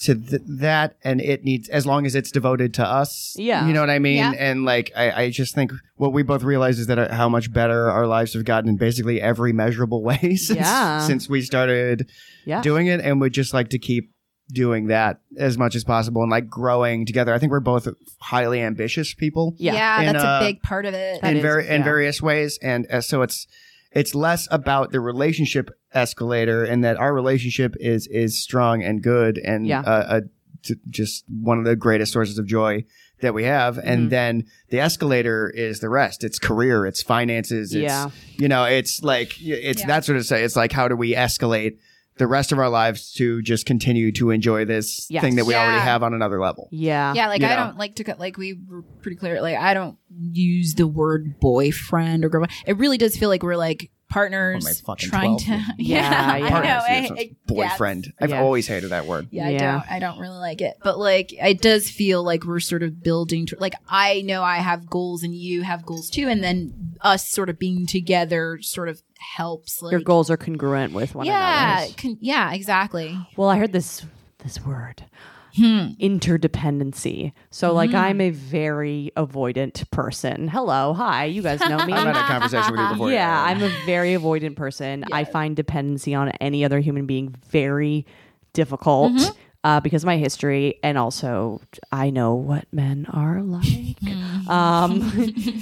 S2: to th- that, and it needs as long as it's devoted to us.
S3: Yeah.
S2: you know what I mean.
S1: Yeah.
S2: And like I, I just think what we both realize is that uh, how much better our lives have gotten in basically every measurable way since
S3: Yeah.
S2: since we started
S3: Yeah.
S2: doing it, and would just like to keep doing that as much as possible and like growing together. I think we're both highly ambitious people
S1: Yeah,
S2: And,
S1: that's
S2: uh,
S1: a big part of it.
S3: That
S2: in
S3: is-
S2: very in
S3: yeah.
S2: various ways, and uh, so it's it's less about the relationship escalator, and that our relationship is is strong and good, and
S3: Yeah.
S2: uh, a, t- just one of the greatest sources of joy that we have. And
S3: Mhm.
S2: then the escalator is the rest. It's career, it's finances, it's
S3: Yeah.
S2: you know, it's like y- it's
S1: Yeah.
S2: that sort of say. It's like how do we escalate the rest of our lives to just continue to enjoy this
S3: Yes.
S2: thing that we already
S1: Yeah.
S2: have on another level.
S3: Yeah.
S1: yeah, like
S2: you
S1: I
S2: know.
S1: don't like to cut. Like we were pretty clear. Like I don't use the word boyfriend or girlfriend. It really does feel like we're like
S2: What am I,
S1: partners
S2: fucking
S1: trying
S2: 12?
S1: to.
S3: Yeah, yeah.
S1: I know.
S2: Partners,
S1: I-
S2: yes,
S1: I-
S2: boyfriend.
S1: yes.
S2: I've
S3: eh, Yeah.
S2: always hated that word.
S1: Yeah,
S3: Yeah.
S1: I don't. I don't really like it, but like it does feel like we're sort of building. To, like I know I have goals and you have goals too, and then us sort of being together sort of helps. Like
S3: Your goals are congruent with one
S1: yeah,
S3: another.
S1: con- yeah, exactly.
S3: Well, I heard this this word.
S1: Hmm.
S3: Interdependency. So, like, I'm a very avoidant person. Hello, hi, you guys know me.
S2: I've had a conversation with you before.
S3: Uh, yeah, I'm a very avoidant person. I find dependency on any other human being very difficult uh, because of my history, and also I know what men are like. um,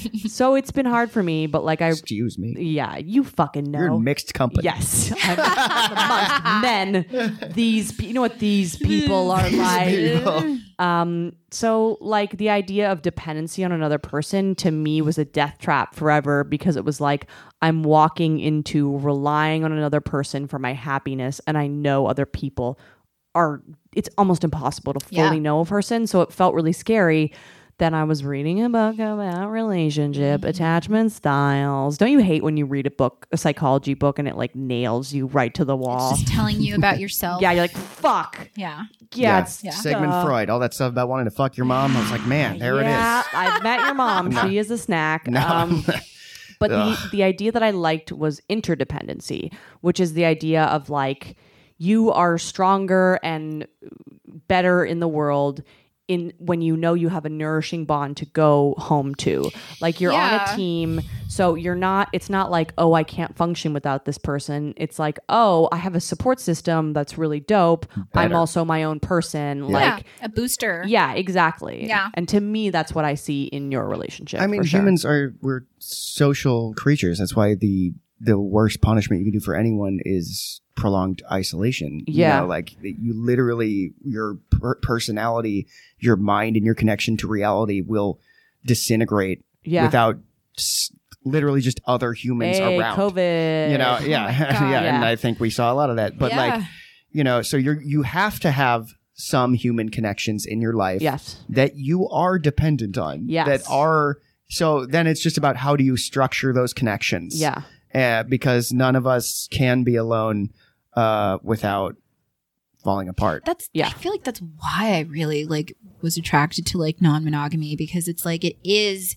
S3: so it's been hard for me, but like I,
S2: Excuse me.
S3: yeah, you fucking know.
S2: You're in mixed company.
S3: Yes, I'm amongst men. These, pe- you know what these people are like.
S2: People.
S3: Um, so like the idea of dependency on another person to me was a death trap forever because it was like I'm walking into relying on another person for my happiness, and I know other people are. It's almost impossible to fully
S1: Yeah.
S3: know a person, so it felt really scary. Then I was reading a book about relationship
S1: Mm-hmm.
S3: attachment styles. Don't you hate when you read a book, a psychology book, and it like nails you right to the wall?
S1: Just telling you about yourself.
S3: Yeah, you're like fuck.
S1: yeah.
S3: Yeah, it's
S2: Sigmund
S3: uh,
S2: Freud, all that stuff about wanting to fuck your mom. I was like, man, there it
S3: yeah,
S2: is.
S3: I've met your mom. She is a snack. Um, but the, the idea that I liked was interdependency, which is the idea of like you are stronger and better in the world in when you know you have a nourishing bond to go home to. Like you're on
S1: Yeah.
S3: a team, so you're not it's not like, oh, I can't function without this person. It's like, oh, I have a support system that's really dope. I'm
S2: Better.
S3: also my own person. Like
S1: yeah, a booster.
S3: yeah, exactly.
S1: Yeah.
S3: And to me, that's what I see in your relationship.
S2: I mean,
S3: for sure.
S2: humans are we're social creatures. That's why the the worst punishment you can do for anyone is prolonged isolation. You
S3: Yeah.
S2: know, like you literally your per- personality, your mind, and your connection to reality will disintegrate
S3: Yeah.
S2: without s- literally just other humans
S3: hey,
S2: around.
S3: COVID.
S2: You know, yeah, yeah, and
S3: Yeah.
S2: I think we saw a lot of that. But like,
S1: Yeah.
S2: you know, so you're you have to have some human connections in your life
S3: Yes.
S2: that you are dependent on.
S3: Yes.
S2: That are so then it's just about how do you structure those connections.
S3: Yeah.
S2: Uh, because none of us can be alone uh, without falling apart.
S1: That's
S3: Yeah.
S1: I feel like that's why I really like was attracted to like non-monogamy because it's like it is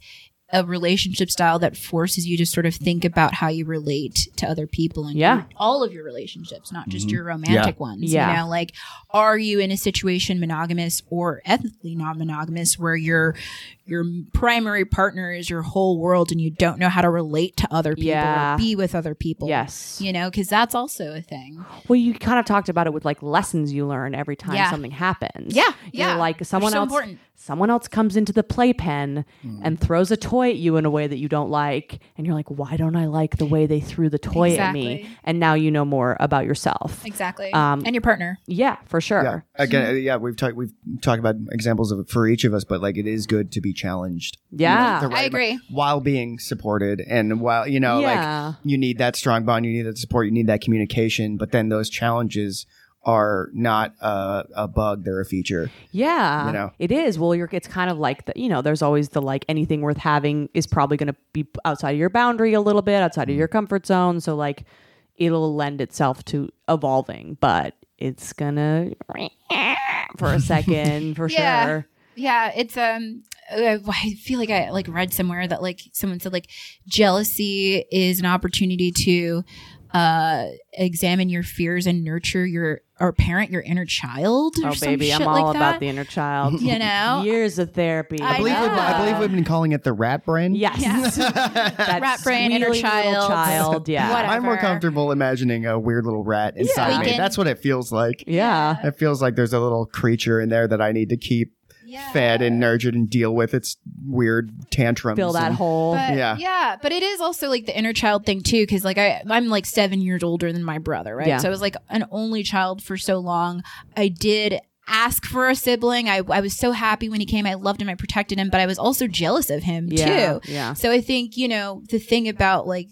S1: a relationship style that forces you to sort of think about how you relate to other people and
S3: Yeah.
S1: your- all of your relationships, not just
S2: Mhm.
S1: your romantic ones.
S3: Yeah.
S1: You know, like are you in a situation monogamous or ethically non-monogamous where your your primary partner is your whole world and you don't know how to relate to other people
S3: Yeah.
S1: or be with other people?
S3: Yes.
S1: You know, because that's also a thing.
S3: Well, you kind of talked about it with like lessons you learn every time
S1: Yeah.
S3: something happens.
S1: Yeah,
S3: You're
S1: yeah.
S3: like
S1: They're
S3: someone
S1: so
S3: else
S1: important.
S3: someone else comes into the playpen
S2: Hmm.
S3: and throws a toy at you in a way that you don't like and you're like, "Why don't I like the way they threw the toy at me?"
S1: Exactly.
S3: And now you know more about yourself.
S1: Exactly.
S3: Um,
S1: and your partner.
S3: Yeah, for sure.
S2: Yeah. Again, uh, yeah, we've talked we've talked about examples of it for each of us, but like it is good to be challenged. you know,
S3: Yeah.
S2: the
S1: I agree.
S2: While being supported and while you know,
S3: Yeah.
S2: like you need that strong bond, you need that support, you need that communication, but then those challenges are not a, a bug, they're a feature.
S3: Yeah,
S2: You know?
S3: it is. Well, you're, it's kind of like the, you know, there's always the like anything worth having is probably going to be outside of your boundary a little bit, outside of
S2: Mm.
S3: your comfort zone. So like, it'll lend itself to evolving, but it's gonna for a second for
S1: Yeah.
S3: sure.
S1: Yeah, it's um uh, I feel like I like read somewhere that like someone said like jealousy is an opportunity to uh examine your fears and nurture your or parent your inner child or
S3: Oh
S1: some
S3: baby, I'm
S1: shit
S3: all
S1: like
S3: about
S1: that.
S3: the inner child.
S1: You know?
S3: years of therapy.
S1: I
S2: I believe,
S1: know.
S2: we've, I believe we've been calling it the rat brain.
S3: yes, that
S1: Rat brain, inner
S3: squealy
S1: child.
S3: little child. Yeah,
S1: Whatever.
S2: I'm more comfortable imagining a weird little rat
S1: Yeah.
S2: inside me.
S1: Squeaking.
S2: That's what it feels like.
S3: yeah.
S2: It feels like there's a little creature in there that I need to keep
S1: Yeah.
S2: fed and nurtured and deal with its weird tantrums.
S3: Fill that
S2: and-
S3: hole.
S1: But,
S2: Yeah.
S1: yeah. But it is also like the inner child thing too, because like I, I'm like seven years older than my brother, right?
S3: Yeah.
S1: So I was like an only child for so long. I did ask for a sibling. I, I was so happy when he came. I loved him. I protected him, but I was also jealous of him
S3: yeah,
S1: too.
S3: yeah.
S1: So I think, you know, the thing about like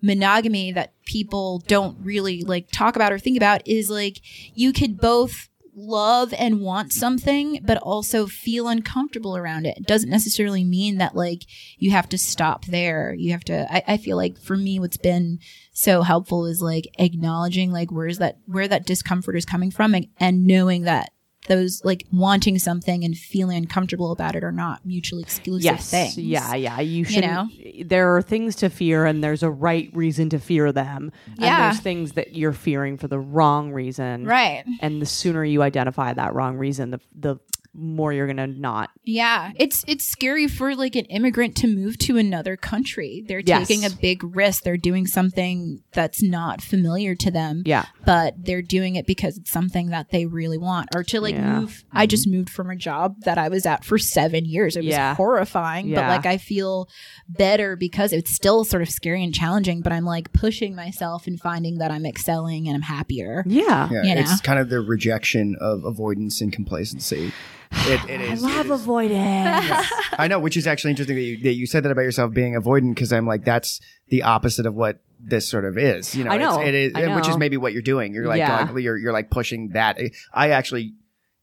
S1: monogamy that people don't really like talk about or think about is like you could both love and want something but also feel uncomfortable around it. It doesn't necessarily mean that like you have to stop there. You have to I, I feel like for me what's been so helpful is like acknowledging like where's that where that discomfort is coming from and, and knowing that those like wanting something and feeling uncomfortable about it are not mutually exclusive
S3: yes.
S1: things.
S3: Yeah, yeah. You
S1: You
S3: should.
S1: know?
S3: There are things to fear, and there's a right reason to fear them. And
S1: Yeah.
S3: there's things that you're fearing for the wrong reason.
S1: Right.
S3: And the sooner you identify that wrong reason, the the more you're gonna not.
S1: Yeah, it's it's scary for like an immigrant to move to another country. They're
S3: Yes.
S1: taking a big risk. They're doing something that's not familiar to them.
S3: Yeah.
S1: But they're doing it because it's something that they really want. Or to like
S3: Yeah. Mm-hmm.
S1: move I just moved from a job that I was at for 7 years. It was
S3: Yeah.
S1: horrifying, but
S3: Yeah.
S1: like I feel better because it's still sort of scary and challenging, but I'm like pushing myself and finding that I'm excelling and I'm happier.
S3: Yeah.
S1: You know?
S2: It's kind of the rejection of avoidance and complacency. It, it is. it is.
S3: avoidance.
S2: I know, which is actually interesting that you, that you said that about yourself being avoidant because I'm like, that's the opposite of what this sort of is. You know,
S3: I know,
S2: It's, it is,
S3: I
S2: and which is
S3: know.
S2: maybe what you're doing. You're like,
S3: Yeah.
S2: going- you're, you're like pushing that. I actually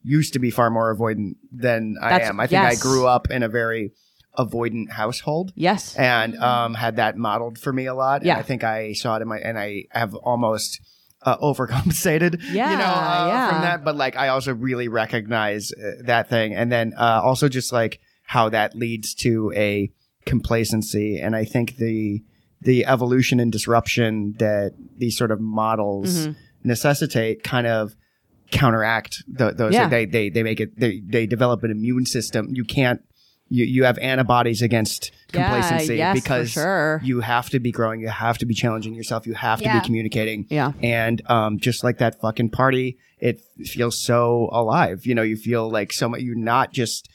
S2: used to be far more avoidant than I
S3: That's-
S2: am. I think
S3: yes.
S2: I grew up in a very avoidant household.
S3: yes.
S2: and um, had that modeled for me a lot. And
S3: Yeah.
S2: I think I saw it in my, and I have almost uh, overcompensated,
S3: Yeah,
S2: you know, uh,
S3: yeah.
S2: from that. But like, I also really recognize uh, that thing, and then uh, also just like how that leads to a complacency, and I think the the evolution and disruption that these sort of models
S3: Mhm.
S2: necessitate kind of counteract tho- those.
S3: Yeah.
S2: They, they they make it. They they develop an immune system. You can't. You you have antibodies against complacency
S3: yeah, yes,
S2: because
S3: for sure.
S2: you have to be growing. You have to be challenging yourself. You have to
S1: Yeah.
S2: be communicating.
S3: yeah.
S2: And um, just like that fucking party, it feels so alive. You know, you feel like so much. You're not just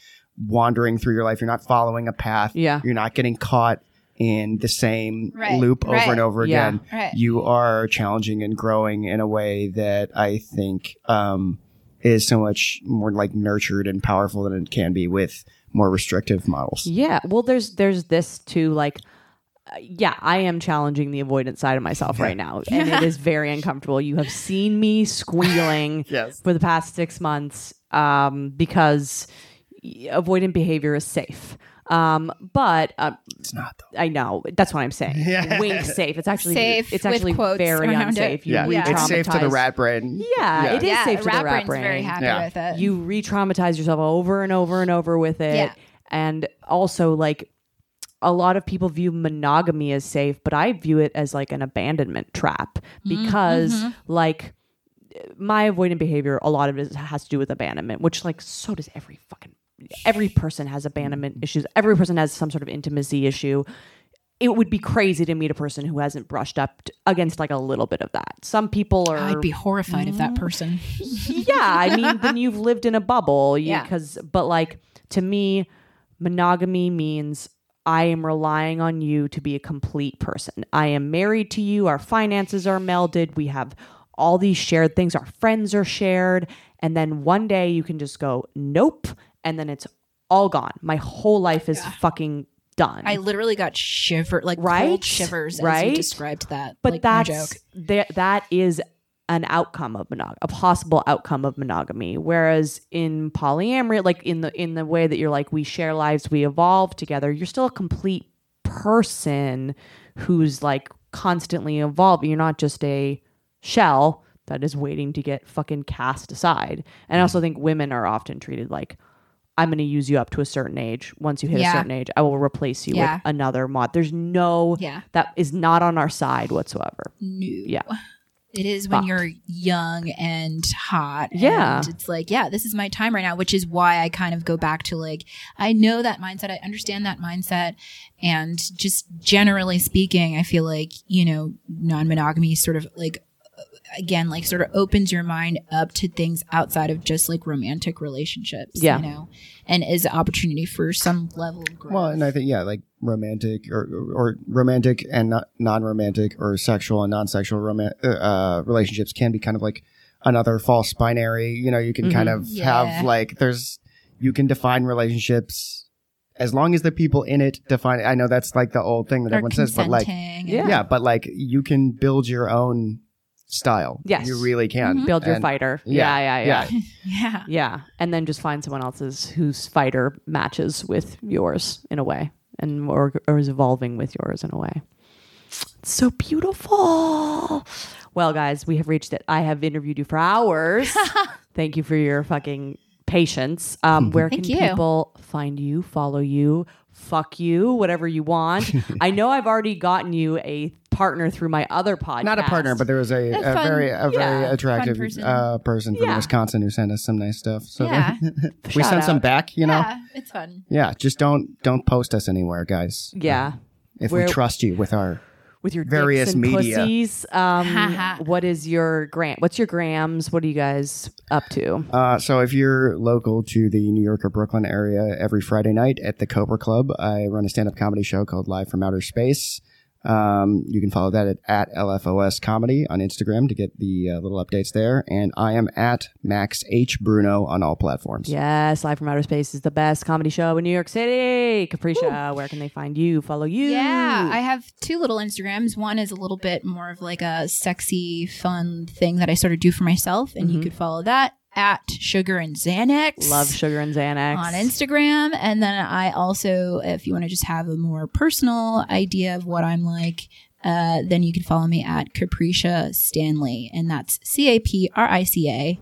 S2: wandering through your life. You're not following a path.
S3: Yeah.
S2: You're not getting caught in the same
S1: Right,
S2: loop over
S1: right.
S2: and over
S3: Yeah.
S2: again
S1: Right.
S2: you are challenging and growing in a way that I think um, is so much more like nurtured and powerful than it can be with more restrictive models.
S3: Yeah. Well, there's there's this too. Like, uh, yeah, I am challenging the avoidance side of myself right now, and it is very uncomfortable. You have seen me squealing
S2: Yes.
S3: for the past six months um, because avoidant behavior is safe. Um, but uh,
S2: It's not though.
S3: I know that's what I'm saying.
S2: Yeah.
S3: Wink safe. It's actually
S1: Safe
S3: It's
S1: with
S3: actually
S1: quotes
S3: very
S1: around it.
S3: unsafe. You
S2: Yeah,
S1: Yeah.
S2: it's safe to the
S3: re-traumatize-
S2: rat brain.
S3: Yeah, it is
S1: yeah,
S3: safe to the
S1: Rat
S3: rat
S1: Brain's
S3: brain.
S1: very happy
S2: Yeah.
S1: with it.
S3: you re-traumatize yourself over and over and over with it
S1: Yeah.
S3: and also like a lot of people view monogamy as safe but i view it as like an abandonment trap
S1: Mm,
S3: because
S1: mm-hmm.
S3: like my avoidant behavior a lot of it has to do with abandonment which like so does every fucking every person has abandonment
S1: Mm.
S3: issues every person has some sort of intimacy issue it would be crazy to meet a person who hasn't brushed up t- against like a little bit of that some people are
S1: I'd be horrified of that person.
S3: yeah, I mean, then you've lived in a bubble.
S1: Yeah.
S3: yeah. Because, but like to me, monogamy means I am relying on you to be a complete person. I am married to you. Our finances are melded. We have all these shared things. Our friends are shared. And then one day you can just go, nope. And then it's all gone. My whole life is fucking done.
S1: I literally got shiver like cold
S3: Right?
S1: shivers as you
S3: Right?
S1: described that.
S3: but
S1: like, no
S3: that's
S1: joke.
S3: tha- that is an outcome of monog a possible outcome of monogamy whereas in polyamory like in the in the way that you're like we share lives we evolve together you're still a complete person who's like constantly evolving you're not just a shell that is waiting to get fucking cast aside and i also think women are often treated like i'm going to use you up to a certain age once you hit
S1: Yeah.
S3: a certain age i will replace you
S1: Yeah.
S3: with another mod there's no
S1: Yeah.
S3: that is not on our side whatsoever.
S2: Mm-hmm.
S1: No.
S3: Yeah.
S1: It is when
S3: Fuck.
S1: you're young and hot.
S3: Yeah.
S1: And it's like, yeah, this is my time right now, which is why I kind of go back to like, I know that mindset. I understand that mindset. And just generally speaking, I feel like, you know, non monogamy sort of like, again, like sort of opens your mind up to things outside of just like romantic relationships,
S3: Yeah.
S1: you know, and is an opportunity for some level of growth.
S2: Well, and I think yeah, like romantic or or romantic and not non-romantic or sexual and non-sexual roman- uh, uh, relationships can be kind of like another false binary. You know, you can kind of
S1: Yeah.
S2: have like there's you can define relationships as long as the people in it define it. I know that's like the old thing that
S1: They're
S2: everyone says, but like,
S1: consenting and-
S3: Yeah.
S2: yeah. but like you can build your own style.
S3: Yes. Mm-hmm.
S2: You really can.
S1: Mhm.
S3: Build your
S2: And-
S3: fighter.
S2: yeah,
S3: yeah,
S2: yeah.
S3: yeah. yeah.
S1: yeah.
S3: Yeah. And then just find someone else's whose fighter matches with yours in a way and or, or is evolving with yours in a way. It's so beautiful. Well, guys, we have reached it. I have interviewed you for hours. Thank you for your fucking patience. Um, where
S1: Thank
S3: can
S1: you.
S3: people find you, follow you, fuck you, whatever you want? I know I've already gotten you a partner through my other podcast.
S2: Not a partner, but there was a, a
S1: fun-
S2: very a very
S3: yeah,
S2: attractive
S1: fun person.
S2: Uh, person from
S3: Yeah.
S2: Wisconsin who sent us some nice stuff. So
S1: Yeah.
S2: we
S3: Shout
S2: sent some
S3: out.
S2: back, you know. Yeah.
S1: Yeah, it's fun.
S2: just don't don't post us anywhere, guys.
S3: yeah.
S2: If
S3: We're-
S2: we trust you with our
S3: with your
S2: Various
S3: dicks and
S2: media.
S3: pussies. Um, what is your gram? What's your grams? What are you guys up to?
S2: Uh, so if you're local to the New York or Brooklyn area, every Friday night at the Cobra Club, I run a stand-up comedy show called Live from Outer Space. Um, you can follow that at, at LFOS Comedy on Instagram to get the uh, little updates there. And I am at Max H Bruno on all platforms.
S3: Yes, Live from Outer Space is the best comedy show in New York City. Capricia, where can they find you? Follow you.
S1: Yeah, I have two little Instagrams. One is a little bit more of like a sexy, fun thing that I sort of do for myself, and you could follow that at Sugar and Xanax.
S3: love Sugar and Xanax.
S1: on Instagram. And then I also, if you want to just have a more personal idea of what I'm like, uh, then you can follow me at Capricia Stanley, and that's C A P R I C A,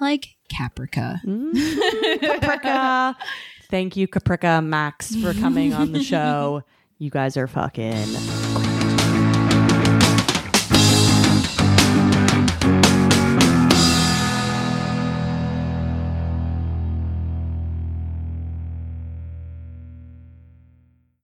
S1: like Caprica.
S3: Caprica. Thank you, Caprica Max, for coming on the show. You guys are fucking. great.